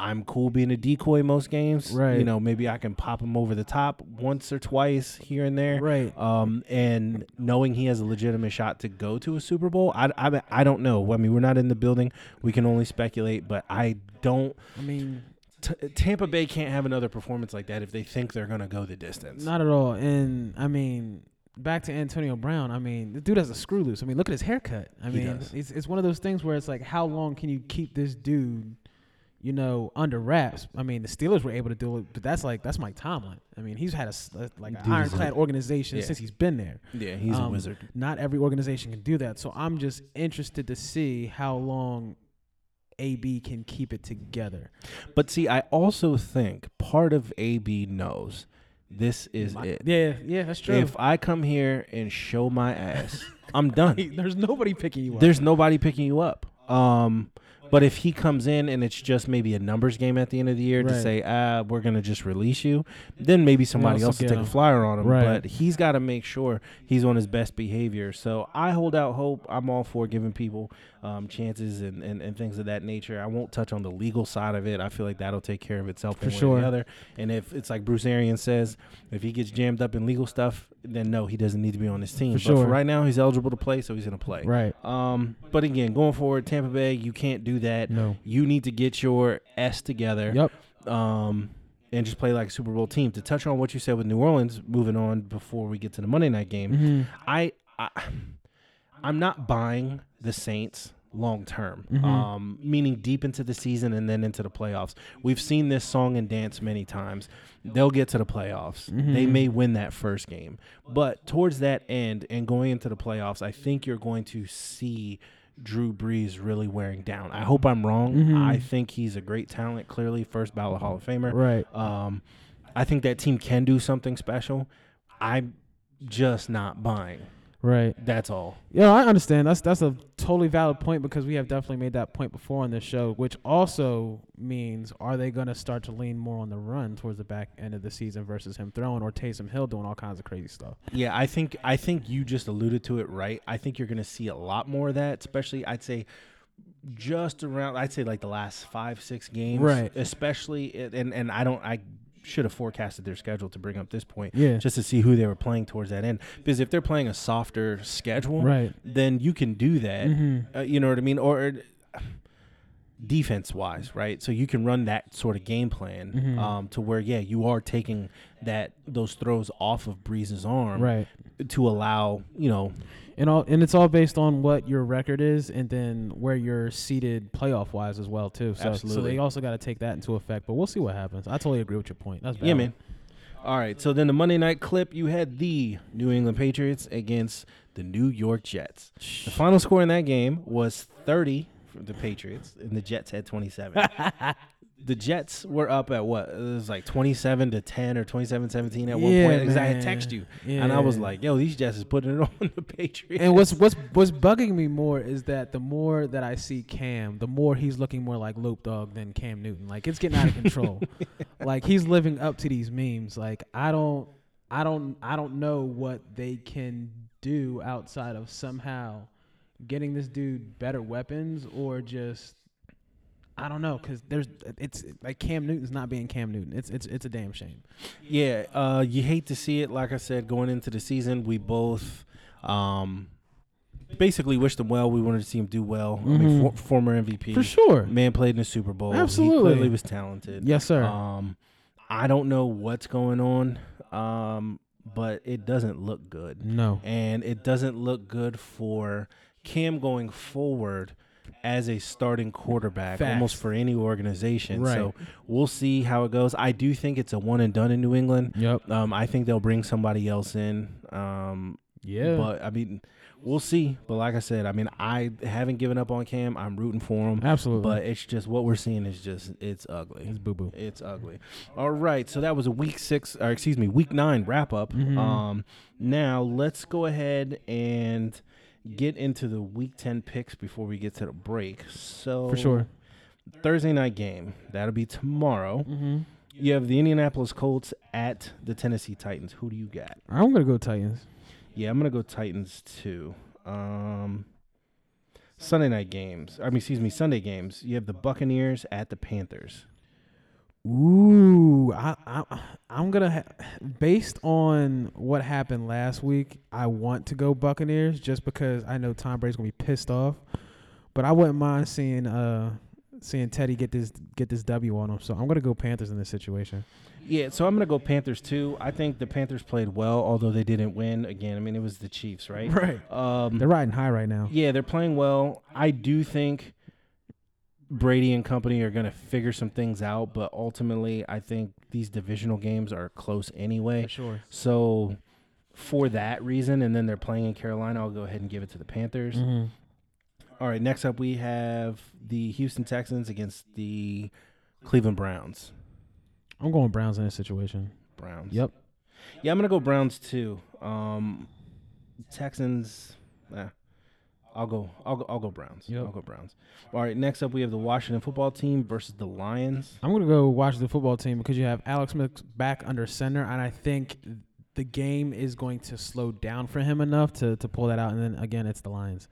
Speaker 1: I'm cool being a decoy most games.
Speaker 2: Right.
Speaker 1: You know, maybe I can pop him over the top once or twice here and there.
Speaker 2: Right.
Speaker 1: Um, and knowing he has a legitimate shot to go to a Super Bowl, I, I, I don't know. I mean, we're not in the building. We can only speculate, but I don't.
Speaker 2: I mean,
Speaker 1: T- Tampa Bay can't have another performance like that if they think they're going to go the distance.
Speaker 2: not at all. And I mean, back to Antonio Brown. I mean, the dude has a screw loose. I mean, look at his haircut. I
Speaker 1: He
Speaker 2: mean,
Speaker 1: does.
Speaker 2: it's it's one of those things where it's like, how long can you keep this dude? You know, under wraps. I mean, the Steelers were able to do it, but that's like that's Mike Tomlin. I mean, he's had a s- like
Speaker 1: Dude is a-
Speaker 2: an ironclad organization
Speaker 1: Yeah.
Speaker 2: since he's been there.
Speaker 1: yeah, he's a
Speaker 2: Um,
Speaker 1: wizard.
Speaker 2: Not every organization can do that. So I'm just interested to see how long AB can keep it together.
Speaker 1: But see, I also think part of AB knows this is
Speaker 2: My-
Speaker 1: it.
Speaker 2: Yeah, yeah, that's true.
Speaker 1: If I come here and show my ass, I'm done.
Speaker 2: [laughs] He- there's nobody picking you up.
Speaker 1: There's nobody picking you up. Um, but if he comes in and it's just maybe a numbers game at the end of the year to
Speaker 2: Right.
Speaker 1: say, ah, we're gonna just release you, then maybe somebody else
Speaker 2: else will
Speaker 1: will
Speaker 2: get
Speaker 1: take a
Speaker 2: him.
Speaker 1: flyer on him.
Speaker 2: Right.
Speaker 1: But he's got to make sure he's on his best behavior. So I hold out hope. I'm all for giving people um, chances and, and, and things of that nature. I won't touch on the legal side of it. I feel like that'll take care of itself one way or
Speaker 2: sure.
Speaker 1: the other. And if it's like Bruce Arians says, if he gets jammed up in legal stuff, then no, he doesn't need to be on this team.
Speaker 2: For
Speaker 1: But
Speaker 2: sure.
Speaker 1: for right now, he's eligible to play, so he's gonna play.
Speaker 2: Right.
Speaker 1: Um, but again, going forward, Tampa Bay, you can't do that.
Speaker 2: No.
Speaker 1: You need to get your S together.
Speaker 2: Yep.
Speaker 1: Um, and just play like a Super Bowl team. To touch on what you said with New Orleans, moving on before we get to the Monday night game, I, I, I'm not buying the Saints long term. Um, meaning deep into the season and then into the playoffs. We've seen this song and dance many times. They'll get to the playoffs. They may win that first game, but towards that end and going into the playoffs, I think you're going to see. Drew Brees really wearing down. I hope I'm wrong. I think he's a great talent, clearly first ballot Hall of Famer.
Speaker 2: Right.
Speaker 1: Um, I think that team can do something special. I'm just not buying.
Speaker 2: Right.
Speaker 1: That's all.
Speaker 2: Yeah, I understand. That's that's a totally valid point because we have definitely made that point before on this show, which also means are they going to start to lean more on the run towards the back end of the season versus him throwing or Taysom Hill doing all kinds of crazy stuff?
Speaker 1: Yeah, I think I think you just alluded to it right. I think you're going to see a lot more of that, especially I'd say just around I'd say like the last 5 6 games
Speaker 2: Right.
Speaker 1: especially and and I don't I should have forecasted their schedule to bring up this point
Speaker 2: Yeah.
Speaker 1: just to see who they were playing towards that end because if they're playing a softer schedule
Speaker 2: Right. Mm-hmm.
Speaker 1: then you can do that uh, you know what I mean or defense wise, right? So you can run that sort of game plan um, to where, yeah, you are taking that those throws off of Breeze's arm,
Speaker 2: Right.
Speaker 1: To allow, you know,
Speaker 2: And all and it's all based on what your record is and then where you're seated playoff wise as well too. So, so
Speaker 1: Absolutely.
Speaker 2: they also got to take that into effect, but we'll see what happens. I totally agree with your point. That's
Speaker 1: yeah,
Speaker 2: valid.
Speaker 1: man. All right. So then the Monday night clip, you had the New England Patriots against the New York Jets. The final score in that game was thirty for the Patriots, and the Jets had
Speaker 2: [laughs]
Speaker 1: twenty-seven. The Jets were up at what? It was like 27 to 10 or 27 17 at one
Speaker 2: Yeah,
Speaker 1: point. Because I had
Speaker 2: man.
Speaker 1: texted you. And I was
Speaker 2: Yeah.
Speaker 1: like, yo, these Jets is putting it [laughs] on the Patriots.
Speaker 2: And what's what's what's bugging me more is that the more that I see Cam, the more he's looking more like Loop Dog than Cam Newton. Like it's getting out of control. like he's living up to these memes. Like I don't I don't I don't know what they can do outside of somehow getting this dude better weapons or just I don't know cuz there's it's like Cam Newton's not being Cam Newton. It's it's it's a damn shame.
Speaker 1: Yeah, uh, you hate to see it. Like I said, going into the season, we both um, basically wished him well. We wanted to see him do well. I mean, for, former MVP,
Speaker 2: Mm-hmm. For sure.
Speaker 1: Man played in the Super Bowl.
Speaker 2: Absolutely.
Speaker 1: he clearly was talented.
Speaker 2: Yes, sir.
Speaker 1: Um, I don't know what's going on, um, but it doesn't look good.
Speaker 2: no.
Speaker 1: and it doesn't look good for Cam going forward as a starting quarterback
Speaker 2: Facts.
Speaker 1: almost for any organization.
Speaker 2: Right.
Speaker 1: So we'll see how it goes. I do think it's a one and done in New England.
Speaker 2: Yep.
Speaker 1: Um, I think they'll bring somebody else in. Um,
Speaker 2: Yeah.
Speaker 1: But I mean, we'll see. But like I said, I mean, I haven't given up on Cam. I'm rooting for him.
Speaker 2: Absolutely.
Speaker 1: But it's just what we're seeing is just it's ugly.
Speaker 2: it's boo boo.
Speaker 1: It's ugly. All right, so that was a week six, or excuse me, week nine wrap up.
Speaker 2: Mm-hmm.
Speaker 1: Um, now let's go ahead and get into the week ten picks before we get to the break. So
Speaker 2: For sure.
Speaker 1: Thursday night game that'll be tomorrow. You have the Indianapolis Colts at the Tennessee Titans. Who do you got?
Speaker 2: I'm gonna go Titans.
Speaker 1: Yeah, I'm gonna go Titans too. Um, Sunday night games. I mean, excuse me, Sunday games. You have the Buccaneers at the Panthers.
Speaker 2: Ooh, I, I I'm gonna ha- based on what happened last week. I want to go Buccaneers just because I know Tom Brady's gonna be pissed off, but I wouldn't mind seeing uh seeing Teddy get this get this W on him. So I'm gonna go Panthers in this situation.
Speaker 1: Yeah, so I'm gonna go Panthers too. I think the Panthers played well, although they didn't win. Again, I mean it was the Chiefs, right?
Speaker 2: Right.
Speaker 1: Um,
Speaker 2: They're riding high right now.
Speaker 1: yeah, they're playing well. I do think Brady and company are gonna figure some things out, but ultimately, I think these divisional games are close anyway.
Speaker 2: sure.
Speaker 1: So for that reason, and then they're playing in Carolina, I'll go ahead and give it to the Panthers.
Speaker 2: Mm.
Speaker 1: All right, next up we have the Houston Texans against the Cleveland Browns.
Speaker 2: I'm going Browns in this situation.
Speaker 1: Browns.
Speaker 2: Yep.
Speaker 1: Yeah, I'm gonna go Browns too. Um, Texans. Nah, I'll go. I'll go. I'll go Browns.
Speaker 2: Yep.
Speaker 1: I'll go Browns. All right. Next up, we have the Washington Football Team versus the Lions.
Speaker 2: I'm gonna go watch the football team because you have Alex Smith back under center, and I think the game is going to slow down for him enough to to pull that out. And then again, it's the Lions.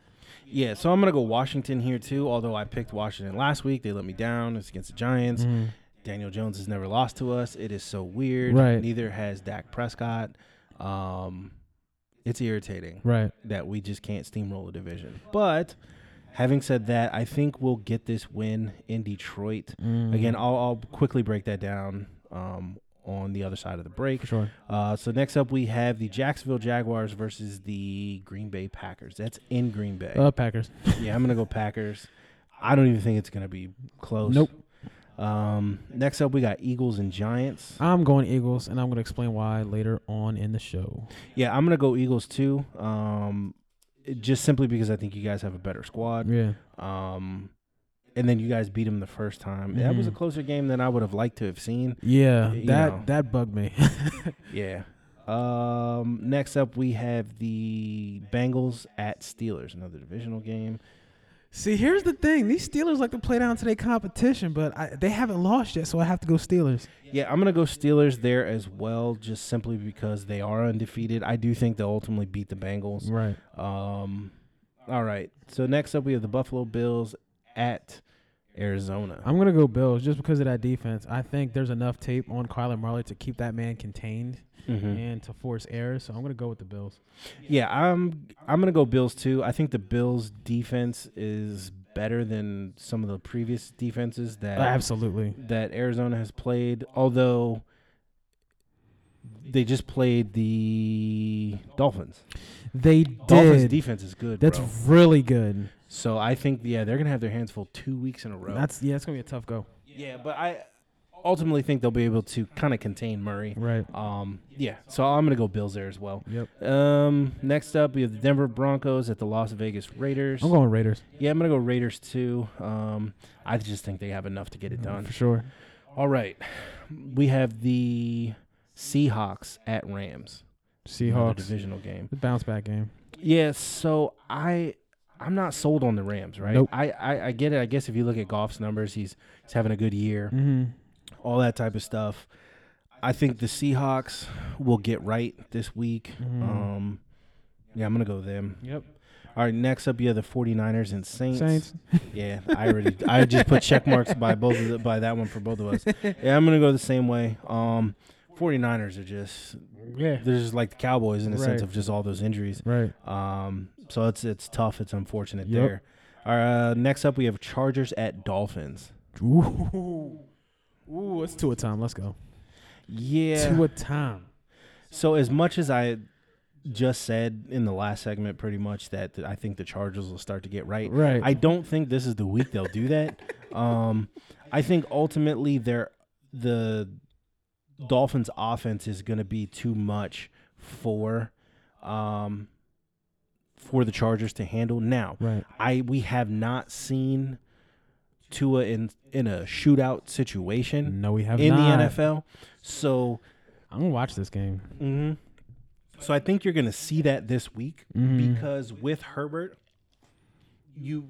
Speaker 1: Yeah, so I'm gonna go Washington here too. Although I picked Washington last week, they let me down. It's against the
Speaker 2: Mm.
Speaker 1: Giants.
Speaker 2: Mm-hmm.
Speaker 1: Daniel Jones has never lost to us. It is so weird.
Speaker 2: Right.
Speaker 1: Neither has Dak Prescott. Um, it's irritating.
Speaker 2: Right.
Speaker 1: that we just can't steamroll the division. But having said that, I think we'll get this win in Detroit.
Speaker 2: Mm-hmm.
Speaker 1: Again, I'll, I'll quickly break that down um, on the other side of the break.
Speaker 2: For sure.
Speaker 1: Uh, so next up, we have the Jacksonville Jaguars versus the Green Bay Packers. That's in Green Bay.
Speaker 2: Uh, Packers. [laughs]
Speaker 1: yeah, I'm gonna go Packers. I don't even think it's gonna be close.
Speaker 2: Nope.
Speaker 1: Um, next up, we got Eagles and Giants.
Speaker 2: I'm going Eagles, and I'm going to explain why later on in the show.
Speaker 1: Yeah, I'm gonna go Eagles too. Um, just simply because I think you guys have a better squad.
Speaker 2: Yeah.
Speaker 1: Um, and then you guys beat him the first time. That was a
Speaker 2: Mhm.
Speaker 1: closer game than I would have liked to have seen.
Speaker 2: Yeah.
Speaker 1: You
Speaker 2: that
Speaker 1: know.
Speaker 2: that bugged me.
Speaker 1: Yeah. Um, next up, we have the Bengals at Steelers, another divisional game.
Speaker 2: [laughs] See, here's the thing: these Steelers like to play down to their competition, but I, they haven't lost yet, so I have to go Steelers.
Speaker 1: Yeah, I'm gonna go Steelers there as well, just simply because they are undefeated. I do think they'll ultimately beat the Bengals.
Speaker 2: Right.
Speaker 1: Um, all right. So next up, we have the Buffalo Bills at Arizona.
Speaker 2: I'm gonna go Bills just because of that defense. I think there's enough tape on Kyler Murray to keep that man contained
Speaker 1: Mhm.
Speaker 2: and to force errors, so I'm gonna go with the Bills.
Speaker 1: Yeah, I'm I'm gonna go Bills too. I think the Bills defense is better than some of the previous defenses that
Speaker 2: Absolutely.
Speaker 1: that Arizona has played. Although they just played the Dolphins.
Speaker 2: They
Speaker 1: Dolphins
Speaker 2: did.
Speaker 1: defense is good.
Speaker 2: That's
Speaker 1: bro.
Speaker 2: really good.
Speaker 1: so I think yeah they're gonna have their hands full two weeks in a row.
Speaker 2: That's yeah, it's gonna be a tough go.
Speaker 1: yeah, but I ultimately think they'll be able to kind of contain Murray.
Speaker 2: Right.
Speaker 1: Um, yeah, so I'm gonna go Bills there as well.
Speaker 2: Yep.
Speaker 1: Um, next up we have the Denver Broncos at the Las Vegas Raiders.
Speaker 2: I'm going Raiders.
Speaker 1: Yeah, I'm gonna go Raiders too. Um, I just think they have enough to get it done.
Speaker 2: Mm, For sure.
Speaker 1: All right, we have the Seahawks at Rams. Another
Speaker 2: Seahawks.
Speaker 1: divisional game.
Speaker 2: The bounce back game.
Speaker 1: Yeah, so I I'm not sold on the Rams, right?
Speaker 2: Nope.
Speaker 1: I, I I get it. I guess if you look at Goff's numbers, he's he's having a good year,
Speaker 2: Mm-hmm.
Speaker 1: all that type of stuff. I think the Seahawks will get right this week.
Speaker 2: Mhm.
Speaker 1: Um, yeah, I'm gonna go with them.
Speaker 2: Yep.
Speaker 1: All right, next up you have the 49ers and
Speaker 2: Saints.
Speaker 1: Yeah, I already I just put check marks by both of the, by that one for both of us. Yeah, I'm gonna go the same way. Um, 49ers are just
Speaker 2: [laughs] Yeah.
Speaker 1: they're just like the Cowboys in the sense
Speaker 2: Right.
Speaker 1: of just all those injuries.
Speaker 2: Right.
Speaker 1: Um, so it's it's tough. It's unfortunate
Speaker 2: Yep.
Speaker 1: there. All right, uh, next up we have Chargers at Dolphins.
Speaker 2: Ooh. Ooh, it's two a time. Let's go.
Speaker 1: Yeah.
Speaker 2: [laughs] Two a time.
Speaker 1: So as much as I just said in the last segment, pretty much that th- I think the Chargers will start to get right.
Speaker 2: Right.
Speaker 1: I don't think this is the week they'll do that. [laughs] Um, I think ultimately they're the Dolphins' offense is going to be too much for um, for the Chargers to handle. Now,
Speaker 2: Right.
Speaker 1: I we have not seen Tua in in a shootout situation
Speaker 2: No, we have
Speaker 1: in
Speaker 2: not.
Speaker 1: the NFL, so.
Speaker 2: I'm gonna watch this game.
Speaker 1: hmm So I think you're going to see that this week
Speaker 2: Mhm.
Speaker 1: because with Herbert, you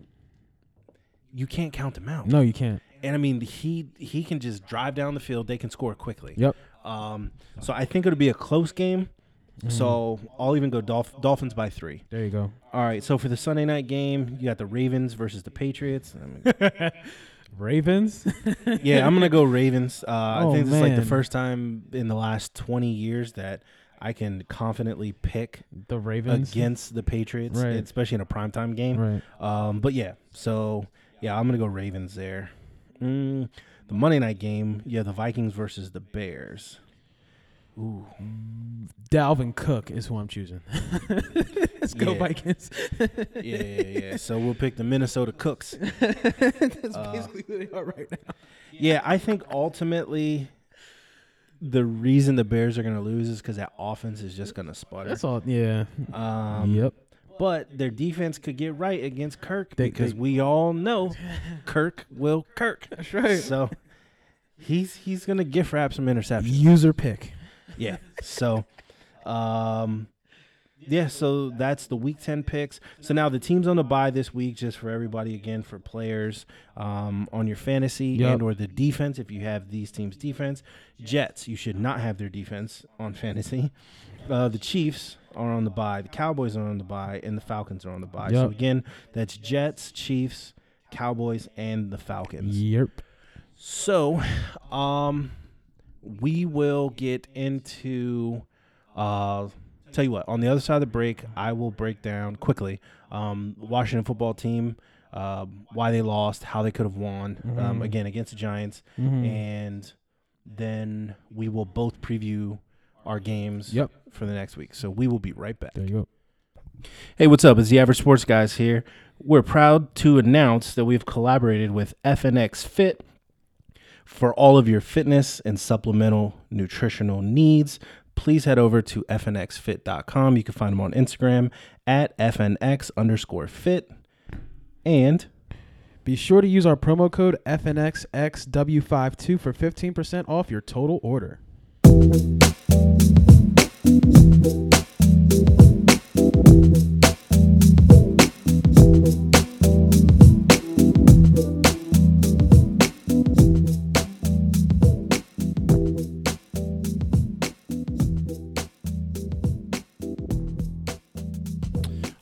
Speaker 1: you can't count him out.
Speaker 2: No, you can't.
Speaker 1: And I mean, he he can just drive down the field. They can score quickly.
Speaker 2: Yep.
Speaker 1: Um. So I think it'll be a close game.
Speaker 2: Hmm.
Speaker 1: So I'll even go Dolph- Dolphins by three.
Speaker 2: There you go.
Speaker 1: All right. So for the Sunday night game, you got the Ravens versus the Patriots.
Speaker 2: [laughs]
Speaker 1: I'm-
Speaker 2: Ravens. [laughs]
Speaker 1: yeah, I'm gonna go Ravens. Uh,
Speaker 2: Oh,
Speaker 1: I think this is like the
Speaker 2: man.
Speaker 1: first time in the last 20 years that I can confidently pick
Speaker 2: the Ravens.
Speaker 1: against the Patriots,
Speaker 2: Right.
Speaker 1: especially in a primetime game.
Speaker 2: Right.
Speaker 1: Um, but yeah, so yeah, I'm gonna go Ravens there. Mm, the Monday night game, yeah, the Vikings versus the Bears. Ooh,
Speaker 2: Dalvin Cook is who I'm choosing. [laughs] Let's go
Speaker 1: Yeah.
Speaker 2: [laughs] Vikings.
Speaker 1: yeah, yeah, yeah. so we'll pick the Minnesota
Speaker 2: [laughs]
Speaker 1: Cooks.
Speaker 2: That's basically who they are right now.
Speaker 1: Yeah, I think ultimately the reason the Bears are gonna lose is because that offense is just gonna sputter.
Speaker 2: That's all. Yeah.
Speaker 1: Um,
Speaker 2: yep.
Speaker 1: But their defense could get right against Kirk
Speaker 2: They-
Speaker 1: because
Speaker 2: they-
Speaker 1: we all
Speaker 2: [laughs]
Speaker 1: know Kirk will Kirk.
Speaker 2: That's right.
Speaker 1: So he's he's gonna gift wrap some interceptions.
Speaker 2: User pick.
Speaker 1: Yeah. So um yeah, so that's the week 10 picks. So now the teams on the bye this week, just for everybody again, for players um, on your fantasy
Speaker 2: Yep.
Speaker 1: and or the defense, if you have these teams' defense. Jets, you should not have their defense on fantasy. Uh, the Chiefs are on the bye. The Cowboys are on the bye, and the Falcons are on the bye. So
Speaker 2: Yep.
Speaker 1: again, that's Jets, Chiefs, Cowboys, and the Falcons.
Speaker 2: Yep.
Speaker 1: So, um, we will get into. Uh, tell you what, on the other side of the break, I will break down quickly. Um, Washington football team, uh, why they lost, how they could have won. Um, again against the Giants, and then we will both preview our games
Speaker 2: Yep.
Speaker 1: for the next week. So we will be right back.
Speaker 2: There you go.
Speaker 1: Hey, what's up? It's the Average Sports Guys here. We're proud to announce that we've collaborated with FNX Fit for all of your fitness and supplemental nutritional needs. Please head over to fnxfit.com. You can find them on Instagram at fnx underscore fit. And
Speaker 2: Be sure to use our promo code FNXXW52 for 15% off your total order.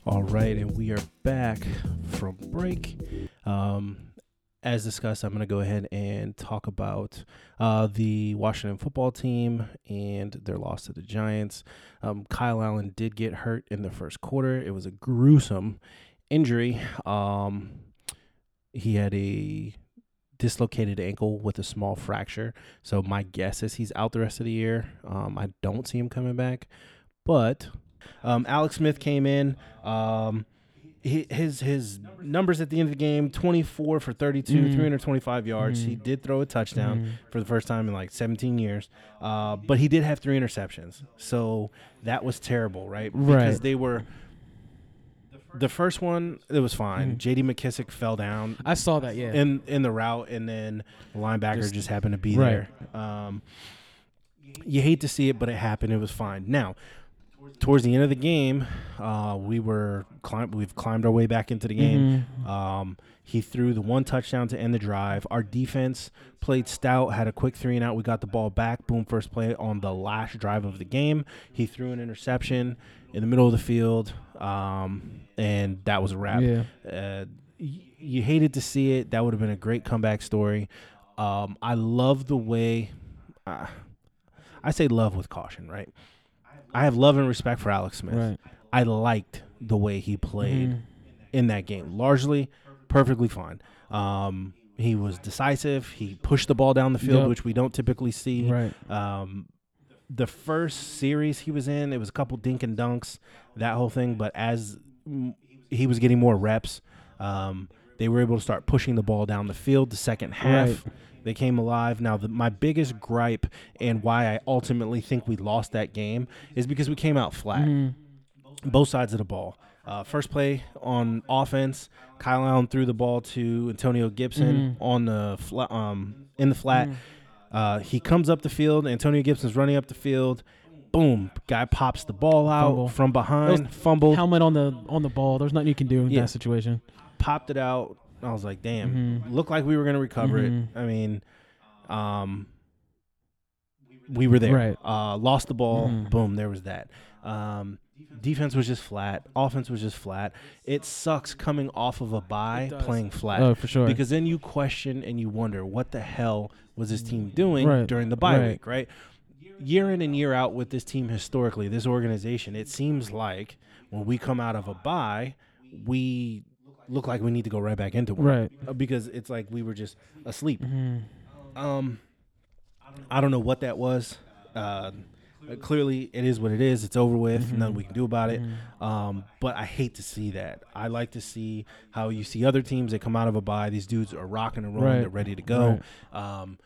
Speaker 1: All right, and we are back from break. Um, as discussed, I'm going to go ahead and talk about uh, the Washington football team and their loss to the Giants. Um, Kyle Allen did get hurt in the first quarter. It was a gruesome injury. Um, he had a dislocated ankle with a small fracture. So my guess is he's out the rest of the year. Um, I don't see him coming back, but um, Alex Smith came in. Um, hi- his his numbers at the end of the game: twenty four for thirty two,
Speaker 2: Mm.
Speaker 1: three hundred twenty five yards. He
Speaker 2: Mm.
Speaker 1: did throw a touchdown
Speaker 2: Mm-hmm.
Speaker 1: for the first time in like seventeen years, uh, but he did have three interceptions. So that was terrible, right? Because
Speaker 2: Right.
Speaker 1: they were. The first one, it was fine. J.D. McKissick fell down
Speaker 2: Mm-hmm. I saw that. Yeah.
Speaker 1: in in the route, and then the linebacker just,
Speaker 2: Just-
Speaker 1: happened to be
Speaker 2: Right.
Speaker 1: there. Um, you hate to see it, but it happened. It was fine. Now, towards the end of the game, uh, we were climb- we've climbed our way back into the game. Um, he threw the one touchdown to end the drive. Our defense played stout, had a quick three and out. We got the ball back. Boom, first play on the last drive of the game. He threw an interception in the middle of the field, um, and that was a wrap
Speaker 2: yeah.
Speaker 1: uh, y- you hated to see it. That would have been a great comeback story. Um, I love the way. Uh, I say love with caution, right? I have love and respect for Alex Smith.
Speaker 2: Right.
Speaker 1: I liked the way he played
Speaker 2: Mhm.
Speaker 1: in that game. Largely, perfectly fine. Um, he was decisive. He pushed the ball down the field,
Speaker 2: Yep.
Speaker 1: which we don't typically see.
Speaker 2: Mm-hmm. Right.
Speaker 1: Um, the first series he was in, it was a couple dink and dunks, that whole thing. But as mm, he was getting more reps, um, they were able to start pushing the ball down the field. The second half,
Speaker 2: Right.
Speaker 1: they came alive. Now, the, my biggest gripe and why I ultimately think we lost that game is because we came out flat
Speaker 2: Mhm.
Speaker 1: both sides of the ball. Uh, first play on offense, Kyle Allen threw the ball to Antonio Gibson on the fla- um, in the flat.
Speaker 2: Mm-hmm.
Speaker 1: Uh, he comes up the field. Antonio Gibson's running up the field. Boom! Guy pops the ball out
Speaker 2: Fumble.
Speaker 1: from behind, fumbled,
Speaker 2: Helmet on the on the ball. There's nothing you can do in
Speaker 1: Yeah.
Speaker 2: that situation.
Speaker 1: popped it out. I was like, damn,
Speaker 2: Mm-hmm.
Speaker 1: looked like we were gonna recover
Speaker 2: Mhm.
Speaker 1: it. I mean, um, we were there.
Speaker 2: Right.
Speaker 1: Uh, lost the ball.
Speaker 2: Mhm.
Speaker 1: Boom. There was that. Um, defense was just flat. Offense was just flat. It sucks coming off of a bye
Speaker 2: does.
Speaker 1: playing flat.
Speaker 2: Oh, for sure.
Speaker 1: Because then you question and you wonder what the hell was this team doing
Speaker 2: Right.
Speaker 1: during the bye
Speaker 2: Right.
Speaker 1: week, right? Year in and year out with this team historically, this organization, it seems like when we come out of a bye, we look like we need to go right back into one
Speaker 2: right.
Speaker 1: uh, because it's like we were just asleep.
Speaker 2: Mhm.
Speaker 1: Um, I don't know what that was. Uh, clearly, it is what it is. It's over with. Nothing we can do about it. Um, but I hate to see that. I like to see how you see other teams that come out of a bye. These dudes are rocking and rolling.
Speaker 2: Right.
Speaker 1: They're ready to go. Um,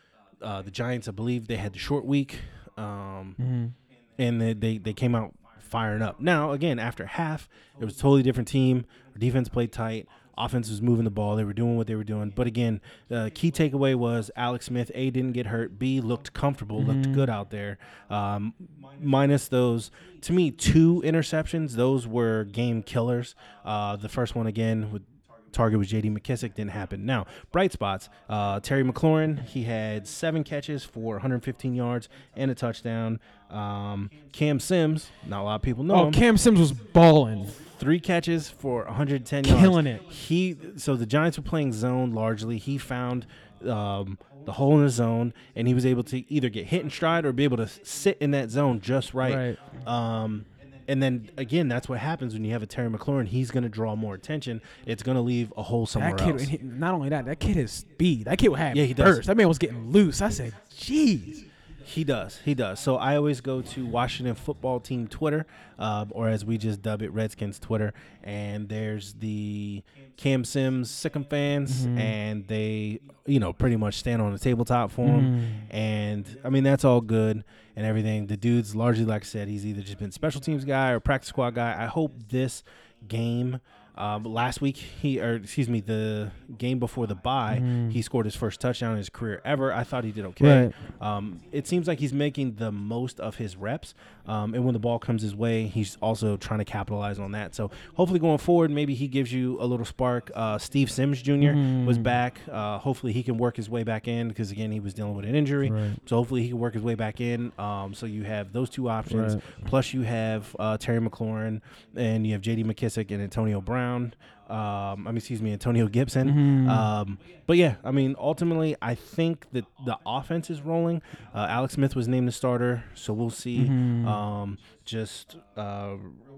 Speaker 1: uh, the Giants, I believe, they had the short week. Um,
Speaker 2: Mhm.
Speaker 1: and they, they they came out firing up. Now again, after half, it was a totally different team. Our defense played tight. Offense was moving the ball. They were doing what they were doing. But again, the key takeaway was Alex Smith A didn't get hurt. B looked comfortable, looked good out there. Um, minus those, to me, two interceptions. Those were game killers. Uh, the first one again with target was J.D. McKissick. Didn't happen. Now, bright spots. Uh, Terry McLaurin, he had seven catches for 115 yards and a touchdown. Um, Cam Sims, not a lot of people know
Speaker 2: Oh,
Speaker 1: him.
Speaker 2: Cam Sims was balling.
Speaker 1: three catches for 110 yards.
Speaker 2: Killing it.
Speaker 1: He so the Giants were playing zone largely. He found um, the hole in the zone, and he was able to either get hit in stride or be able to sit in that zone just right.
Speaker 2: Right.
Speaker 1: Um, and then again, that's what happens when you have a Terry McLaurin. He's going to draw more attention. It's going to leave a hole somewhere
Speaker 2: That kid, and
Speaker 1: else.
Speaker 2: he, not only that, that kid has speed. That kid had
Speaker 1: Yeah, he does.
Speaker 2: burst. That man was getting loose. I said, "Jeez."
Speaker 1: He does. He does. So I always go to Washington football team Twitter, um, or as we just dub it, Redskins Twitter. And there's the Cam Sims sycophants, and they, you know, pretty much stand on the tabletop for him. And I mean, that's all good and everything. The dude's largely, like I said, he's either just been special teams guy or practice squad guy. I hope this game Um, last week, he or excuse me, the game before the bye, he scored his first touchdown in his career ever. I thought he did okay. Um, it seems like he's making the most of his reps, um, and when the ball comes his way, he's also trying to capitalize on that. So hopefully, going forward, maybe he gives you a little spark. Uh, Steve Sims Jr. was
Speaker 2: Mm.
Speaker 1: back. Uh, hopefully, he can work his way back in because again, he was dealing with an injury.
Speaker 2: Right.
Speaker 1: So hopefully, he can work his way back in. Um, so you have those two options.
Speaker 2: Right.
Speaker 1: Plus, you have uh, Terry McLaurin and you have J.D. McKissick and Antonio Brown. Um, I mean, excuse me, Antonio Gibson.
Speaker 2: Mm-hmm. Mm.
Speaker 1: Um, but yeah, I mean, ultimately, I think that the offense is rolling. Uh, Alex Smith was named the starter, so we'll see.
Speaker 2: Mm-hmm.
Speaker 1: Um, just uh,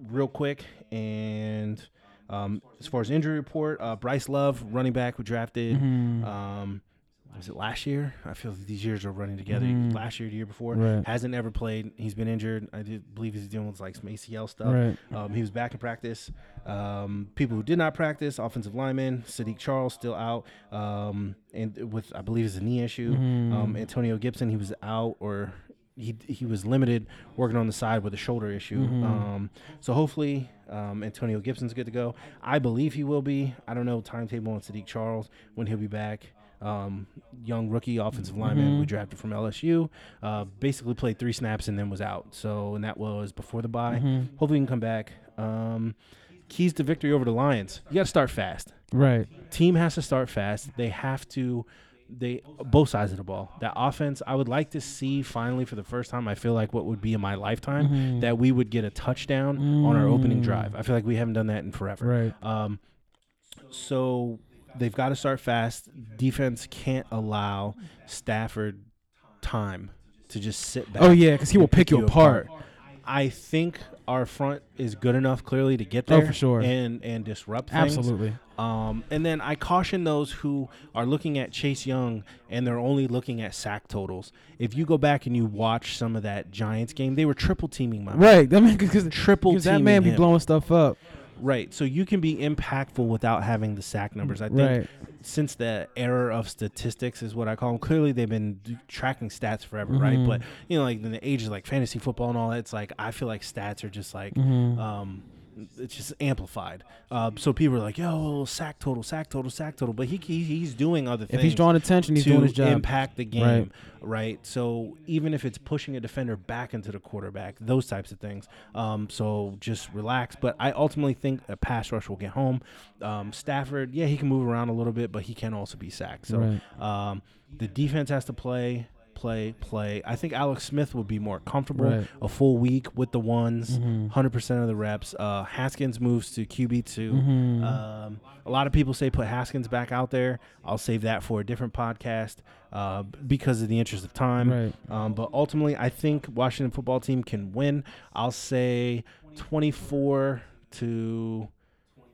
Speaker 1: real quick, and um, as far as injury report, uh, Bryce Love, running back, who drafted.
Speaker 2: Mm-hmm.
Speaker 1: Um, was it last year? I feel that these years are running together. Last year, the year before,
Speaker 2: Mm-hmm. Right.
Speaker 1: hasn't ever played. He's been injured. I do believe he's dealing with like some ACL stuff.
Speaker 2: Right.
Speaker 1: Um, he was back in practice. Um, people who did not practice, offensive lineman Sadiq Charles still out, um, and with I believe it's a knee issue. Um, Antonio Gibson he was out or he he was limited working on the side with a shoulder issue. Um, so hopefully um, Antonio Gibson's good to go. I believe he will be. I don't know timetable on Sadiq Charles when he'll be back. Um, young rookie offensive lineman we drafted from LSU, uh, basically played three snaps and then was out. So and that was before the bye.
Speaker 2: Mm-hmm.
Speaker 1: Hopefully he can come back. Um, keys to victory over the Lions. You got to start fast
Speaker 2: Right.
Speaker 1: team has to start fast. They have to they both sides of the ball. That offense, I would like to see finally for the first time, I feel like what would be in my lifetime
Speaker 2: Mm-hmm.
Speaker 1: that we would get a touchdown on our opening drive. I feel like we haven't done that in forever.
Speaker 2: Right.
Speaker 1: Um, so they've got to start fast. Defense can't allow Stafford time to just sit back.
Speaker 2: Oh yeah, because he will pick you
Speaker 1: you
Speaker 2: apart.
Speaker 1: I think our front is good enough clearly to get there
Speaker 2: Oh, for sure.
Speaker 1: and and disrupt things.
Speaker 2: Absolutely.
Speaker 1: Um, and then I caution those who are looking at Chase Young and they're only looking at sack totals. If you go back and you watch some of that Giants game, they were triple teaming my man.
Speaker 2: Right. I mean, because
Speaker 1: Uh, Triple
Speaker 2: that
Speaker 1: teaming
Speaker 2: man be
Speaker 1: him.
Speaker 2: blowing stuff up.
Speaker 1: Right. So you can be impactful without having the sack numbers. I think
Speaker 2: Right.
Speaker 1: since the error of statistics is what I call them, clearly they've been d- tracking stats forever,
Speaker 2: Mm-hmm.
Speaker 1: right? But, you know, like in the age of like fantasy football and all that, it's like I feel like stats are just like,
Speaker 2: Mm-hmm.
Speaker 1: um, it's just amplified. Uh, so people are like, yo, sack total, sack total, sack total. But he, he he's doing other things
Speaker 2: If he's drawing attention, he's
Speaker 1: to
Speaker 2: doing his job.
Speaker 1: impact the game, right. So even if it's pushing a defender back into the quarterback, those types of things. Um, so just relax. But I ultimately think a pass rush will get home. Um, Stafford, yeah, he can move around a little bit, but he can also be sacked. So
Speaker 2: Right.
Speaker 1: um, the defense has to play. Play, play. I think Alex Smith would be more comfortable
Speaker 2: Right.
Speaker 1: a full week with the ones, 100% of the reps. Uh, Haskins moves to QB2. Um, a lot of people say put Haskins back out there. I'll save that for a different podcast uh, because of the interest of time.
Speaker 2: Right.
Speaker 1: Um, but ultimately, I think Washington football team can win. I'll say 24 to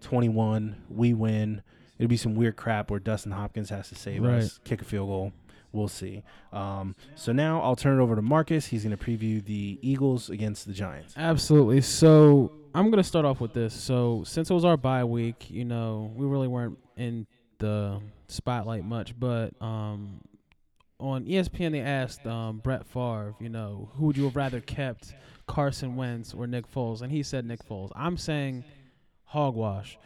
Speaker 1: 21. We win. It'll be some weird crap where Dustin Hopkins has to save
Speaker 2: Right.
Speaker 1: us, kick a field goal. We'll see. Um, so now I'll turn it over to Marcus. He's going to preview the Eagles against the Giants.
Speaker 2: Absolutely. So I'm gonna start off with this. So since it was our bye week, you know, we really weren't in the spotlight much, but um, on E ESPN they asked um, Brett Favre, you know, who would you have rather kept, Carson Wentz or Nick Foles, and he said Nick Foles. I'm saying hogwash.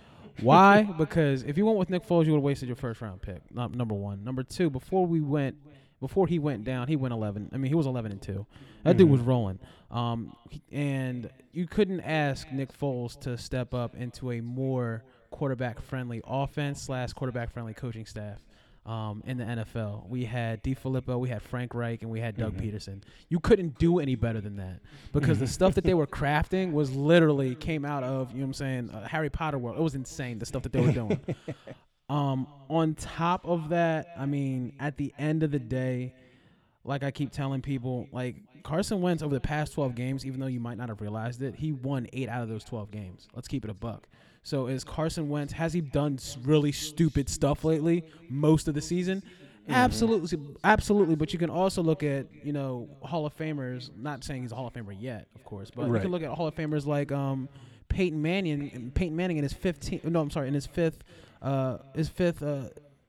Speaker 2: Why? because if you went with Nick Foles, you would have wasted your first round pick. Num- Number one. Number two. Before we went, before he went down, he went 11. I mean, he was 11 and two. That dude was rolling. Um, he- and you couldn't ask Nick Foles to step up into a more quarterback friendly offense slash quarterback friendly coaching staff. Um, in the NFL, we had DiFilippo, we had Frank Reich, and we had Doug Peterson. You couldn't do any better than that because the stuff that they were crafting was literally came out of you know what I'm saying uh, Harry Potter world. It was insane the stuff that they were doing. Um, on top of that, I mean, at the end of the day, like I keep telling people, like Carson Wentz over the past 12 games, even though you might not have realized it, he won eight out of those 12 games. Let's keep it a buck. So is Carson Wentz, has he done s- really stupid stuff lately most of the season? Absolutely, absolutely. But you can also look at, you know, Hall of Famers, not saying he's a Hall of Famer yet, of course, but you
Speaker 1: Right.
Speaker 2: can look at Hall of Famers like um, Peyton Manning, Peyton Manning in his 15, no, I'm sorry, in his fifth, uh, his fifth, uh,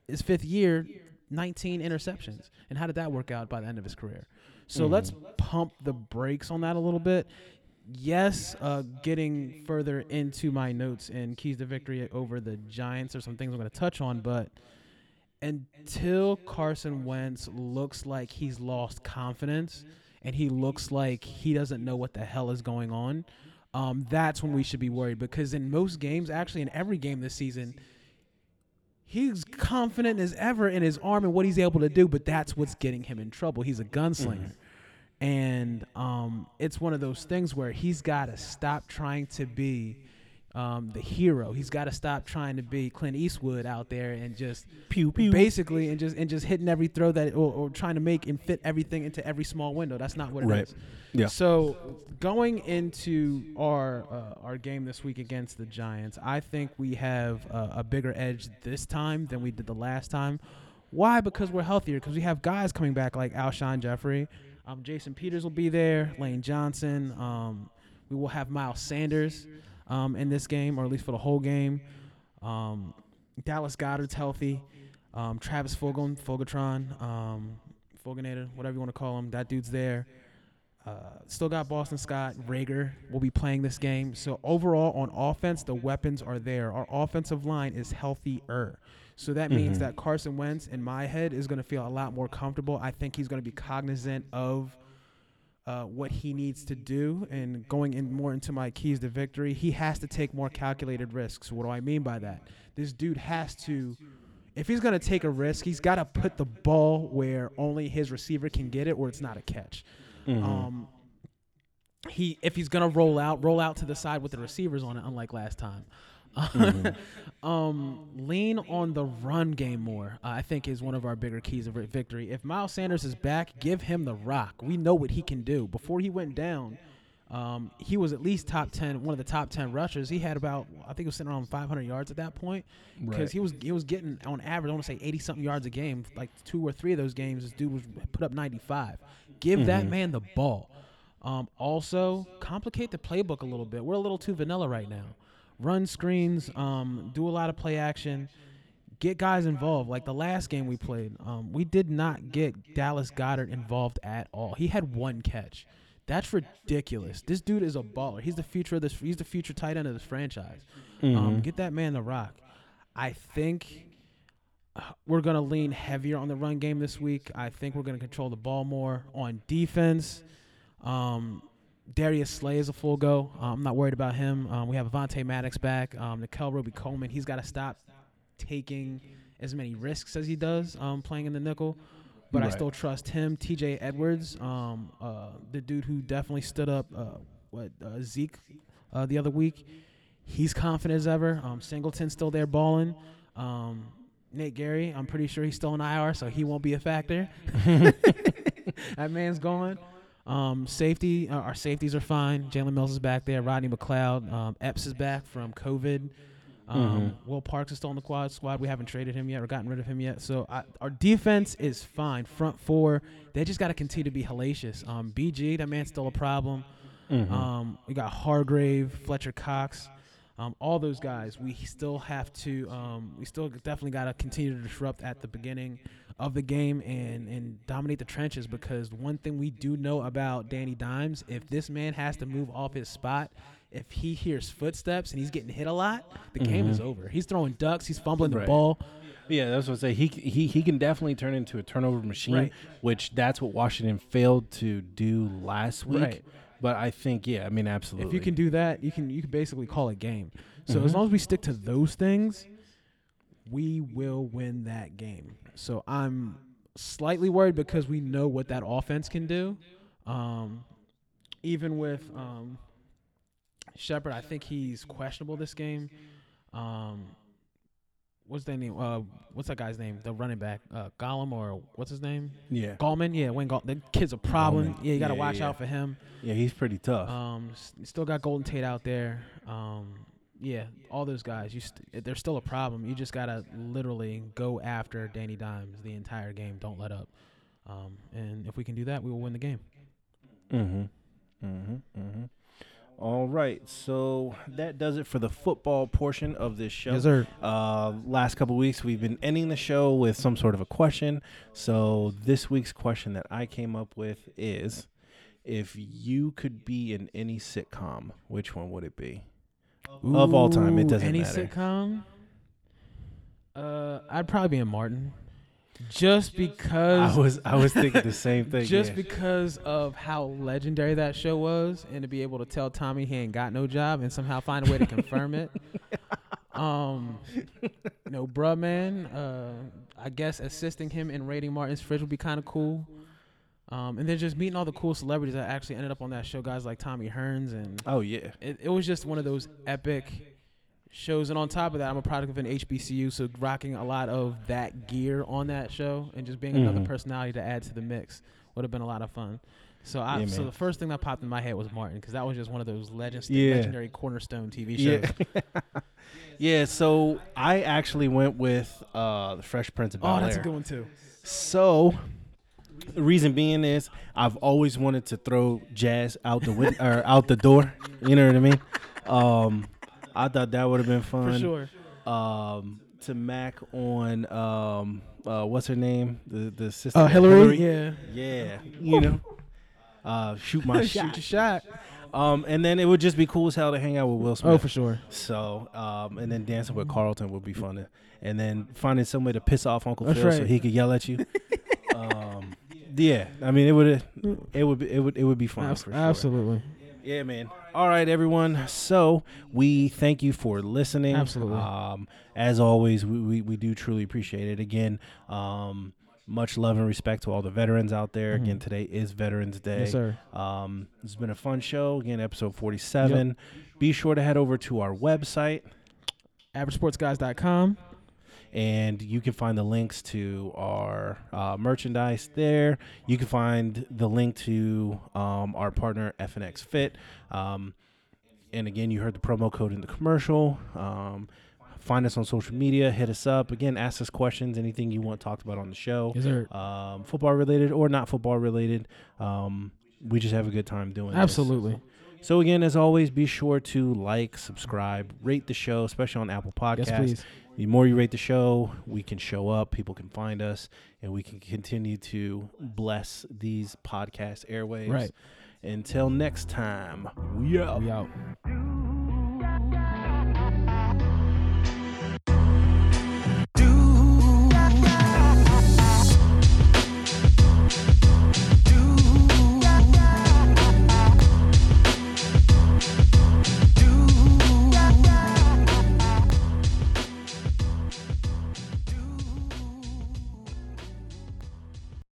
Speaker 2: his fifth year, 19 interceptions. And how did that work out by the end of his career? So let's pump the brakes on that a little bit. yes, uh, getting further into my notes and keys to victory over the Giants are some things I'm going to touch on, but until Carson Wentz looks like he's lost confidence and he looks like he doesn't know what the hell is going on, um, that's when we should be worried because in most games, actually in every game this season, he's confident as ever in his arm and what he's able to do, but that's what's getting him in trouble. He's a gunslinger. And um, it's one of those things where he's got to stop trying to be um, the hero. He's got to stop trying to be Clint Eastwood out there and just
Speaker 1: Pew, pew.
Speaker 2: basically and just and just hitting every throw that or, or trying to make and fit everything into every small window. That's not what it is.
Speaker 1: Right. Yeah.
Speaker 2: So going into our uh, our game this week against the Giants, I think we have uh, a bigger edge this time than we did the last time. Why? Because we're healthier. Because we have guys coming back like Alshon Jeffrey, um, Jason Peters will be there, Lane Johnson. Um, we will have Miles Sanders um, in this game, or at least for the whole game. Um, Dallas Goddard's healthy. Um, Travis Fulgham, Fulgatron, um, Fulganator, whatever you want to call him, that dude's there. Uh, still got Boston Scott, Rager will be playing this game. So overall on offense, the weapons are there. Our offensive line is healthier. So that means that Carson Wentz, in my head, is going to feel a lot more comfortable. I think he's going to be cognizant of uh, what he needs to do and going in more into my keys to victory, he has to take more calculated risks. What do I mean by that? This dude has to, if he's going to take a risk, he's got to put the ball where only his receiver can get it or it's not a catch. Um, he if he's gonna roll out, roll out to the side with the receivers on it, unlike last time. [laughs] um, lean on the run game more. uh, I think is one of our bigger keys of victory. If Miles Sanders is back, give him the rock. We know what he can do. Before he went down, um, he was at least top ten, one of the top ten rushers. He had about, I think, he was sitting around 500 yards at that point because
Speaker 1: Right.
Speaker 2: he was he was getting on average, I want to say 80 something yards a game. Like two or three of those games, this dude was put up 95. Give that man the ball. Um, also, complicate the playbook a little bit. We're a little too vanilla right now. Run screens, um, do a lot of play action get guys involved. Like the last game we played, um, we did not get Dallas Goddard involved at all. He had one catch. That's ridiculous. This dude is a baller. He's the future of this. He's the future tight end of this franchise. Um, get that man the rock. I think we're gonna lean heavier on the run game this week. I think we're gonna control the ball more on defense. Um, Darius Slay is a full go. Uh, I'm not worried about him. Um, we have Avante Maddox back. Um, Nikel Roby Coleman. He's got to stop taking as many risks as he does um, playing in the nickel. But I
Speaker 1: Right.
Speaker 2: still trust him. T.J. Edwards, um, uh, the dude who definitely stood up uh, what uh, Zeke uh, the other week. He's confident as ever. Um, Singleton's still there balling. Um, Nate Gary, I'm pretty sure he's still in IR, so he won't be a factor. [laughs] that man's gone. Um, safety, uh, our safeties are fine. Jalen Mills is back there. Rodney McLeod, um, Epps is back from COVID. Um, Will Parks is still on the quad squad. We haven't traded him yet or gotten rid of him yet. So I, our defense is fine. Front four, they just got to continue to be hellacious. Um, BG, that man's still a problem.
Speaker 1: Mm-hmm.
Speaker 2: Um, we got Hargrave, Fletcher Cox, um, all those guys. We still have to. Um, we still definitely got to continue to disrupt at the beginning of the game and and dominate the trenches because one thing we do know about Danny Dimes, if this man has to move off his spot. If he hears footsteps and he's getting hit a lot, the game is over. He's throwing ducks. He's fumbling the
Speaker 1: Right.
Speaker 2: ball.
Speaker 1: Yeah, that's what I say. He he he can definitely turn into a turnover machine,
Speaker 2: Right.
Speaker 1: which that's what Washington failed to do last week.
Speaker 2: Right.
Speaker 1: But I think, yeah, I mean, absolutely. Mm-hmm.
Speaker 2: If you can do that, you can you can basically call it game. So as long as we stick to those things, we will win that game. So I'm slightly worried because we know what that offense can do. Um, even with um, Shepard, I think he's questionable this game. Um, what's their name? Uh, what's that guy's name? The running back, uh, Gollum, or what's his name?
Speaker 1: yeah,
Speaker 2: Gallman. Yeah, Wayne Gall. The kid's a problem.
Speaker 1: Gallman.
Speaker 2: Yeah, you got to
Speaker 1: Yeah, yeah,
Speaker 2: watch
Speaker 1: yeah.
Speaker 2: out for him.
Speaker 1: yeah, he's pretty tough.
Speaker 2: Um, s- still got Golden Tate out there. Um, yeah, all those guys. You, st- they're still a problem. You just gotta literally go after Danny Dimes the entire game. Don't let up. Um, and if we can do that, we will win the game.
Speaker 1: Mm-hmm. Mm-hmm. Mm-hmm. All right, so that does it for the football portion of this show.
Speaker 2: sir.
Speaker 1: Uh, last couple weeks, we've been ending the show with some sort of a question. So this week's question that I came up with is: If you could be in any sitcom, which one would it be? Of all time, it
Speaker 2: Ooh,
Speaker 1: doesn't
Speaker 2: any
Speaker 1: matter.
Speaker 2: sitcom. Uh, I'd probably be in Martin, just because
Speaker 1: I was I was thinking
Speaker 2: [laughs]
Speaker 1: the same thing.
Speaker 2: just
Speaker 1: yeah.
Speaker 2: because of how legendary that show was, and to be able to tell Tommy he ain't got no job, and somehow find a way to confirm it. Um, no, bruh, man. Uh, I guess assisting him in raiding Martin's fridge would be kind of cool. Um, and then just meeting all the cool celebrities that actually ended up on that show, guys like Tommy Hearns, and
Speaker 1: oh yeah,
Speaker 2: it, it was just one of those epic shows. And on top of that, I'm a product of an HBCU, so rocking a lot of that gear on that show and just being another
Speaker 1: Mhm.
Speaker 2: personality to add to the mix would have been a lot of fun. So I,
Speaker 1: Yeah,
Speaker 2: so
Speaker 1: man.
Speaker 2: the first thing that popped in my head was Martin because that was just one of those legends,
Speaker 1: Yeah.
Speaker 2: legendary cornerstone TV shows.
Speaker 1: yeah, [laughs] yeah. So I actually went with uh, the Fresh Prince of Bel
Speaker 2: [laughs] Oh,
Speaker 1: Air.
Speaker 2: that's a good one too.
Speaker 1: So, the reason being is I've always wanted to throw jazz out the win-
Speaker 2: [laughs]
Speaker 1: or out the door. You know what I mean? Um, I thought that would have been fun.
Speaker 2: For sure.
Speaker 1: Um, to Mac on um, uh, what's her name? The the sister.
Speaker 2: Uh, Hillary, yeah.
Speaker 1: Yeah. You know. Uh, shoot my
Speaker 2: [laughs] Shoot your
Speaker 1: shot.
Speaker 2: shot.
Speaker 1: Um, and then it would just be cool as hell to hang out with Will Smith.
Speaker 2: Oh, for sure.
Speaker 1: So, um, and then dancing with Carlton would be fun, to- and then finding some way to piss off Uncle
Speaker 2: That's
Speaker 1: Phil so
Speaker 2: right.
Speaker 1: he could yell
Speaker 2: [laughs]
Speaker 1: at you. um, yeah, I mean it would it would be, it would it would be fun
Speaker 2: Abs-
Speaker 1: for sure.
Speaker 2: Absolutely.
Speaker 1: Yeah, man. All right, everyone. So we thank you for listening.
Speaker 2: Absolutely.
Speaker 1: Um, as always, we, we, we do truly appreciate it. Again, um, much love and respect to all the veterans out there. Again, today is Veterans Day.
Speaker 2: Mm-hmm. Yes, sir.
Speaker 1: Um, it's been a fun show. Again, episode 47. Be sure to head over to our website
Speaker 2: AverageSportsGuys.com.
Speaker 1: and you can find the links to our uh, merchandise there. You can find the link to um, our partner FNX Fit. Um, and again, you heard the promo code in the commercial. Um, find us on social media. Hit us up. Again, ask us questions. Anything you want talked about on the show,
Speaker 2: Yes, sir.
Speaker 1: um, football related or not football related. Um, we just have a good time doing this.
Speaker 2: Absolutely.
Speaker 1: So again, as always, be sure to like, subscribe, rate the show, especially on Apple Podcasts.
Speaker 2: Yes, please.
Speaker 1: The more you rate the show, we can show up, people can find us, and we can continue to bless these podcast airwaves.
Speaker 2: Right.
Speaker 1: Until next time, we out.
Speaker 2: We out.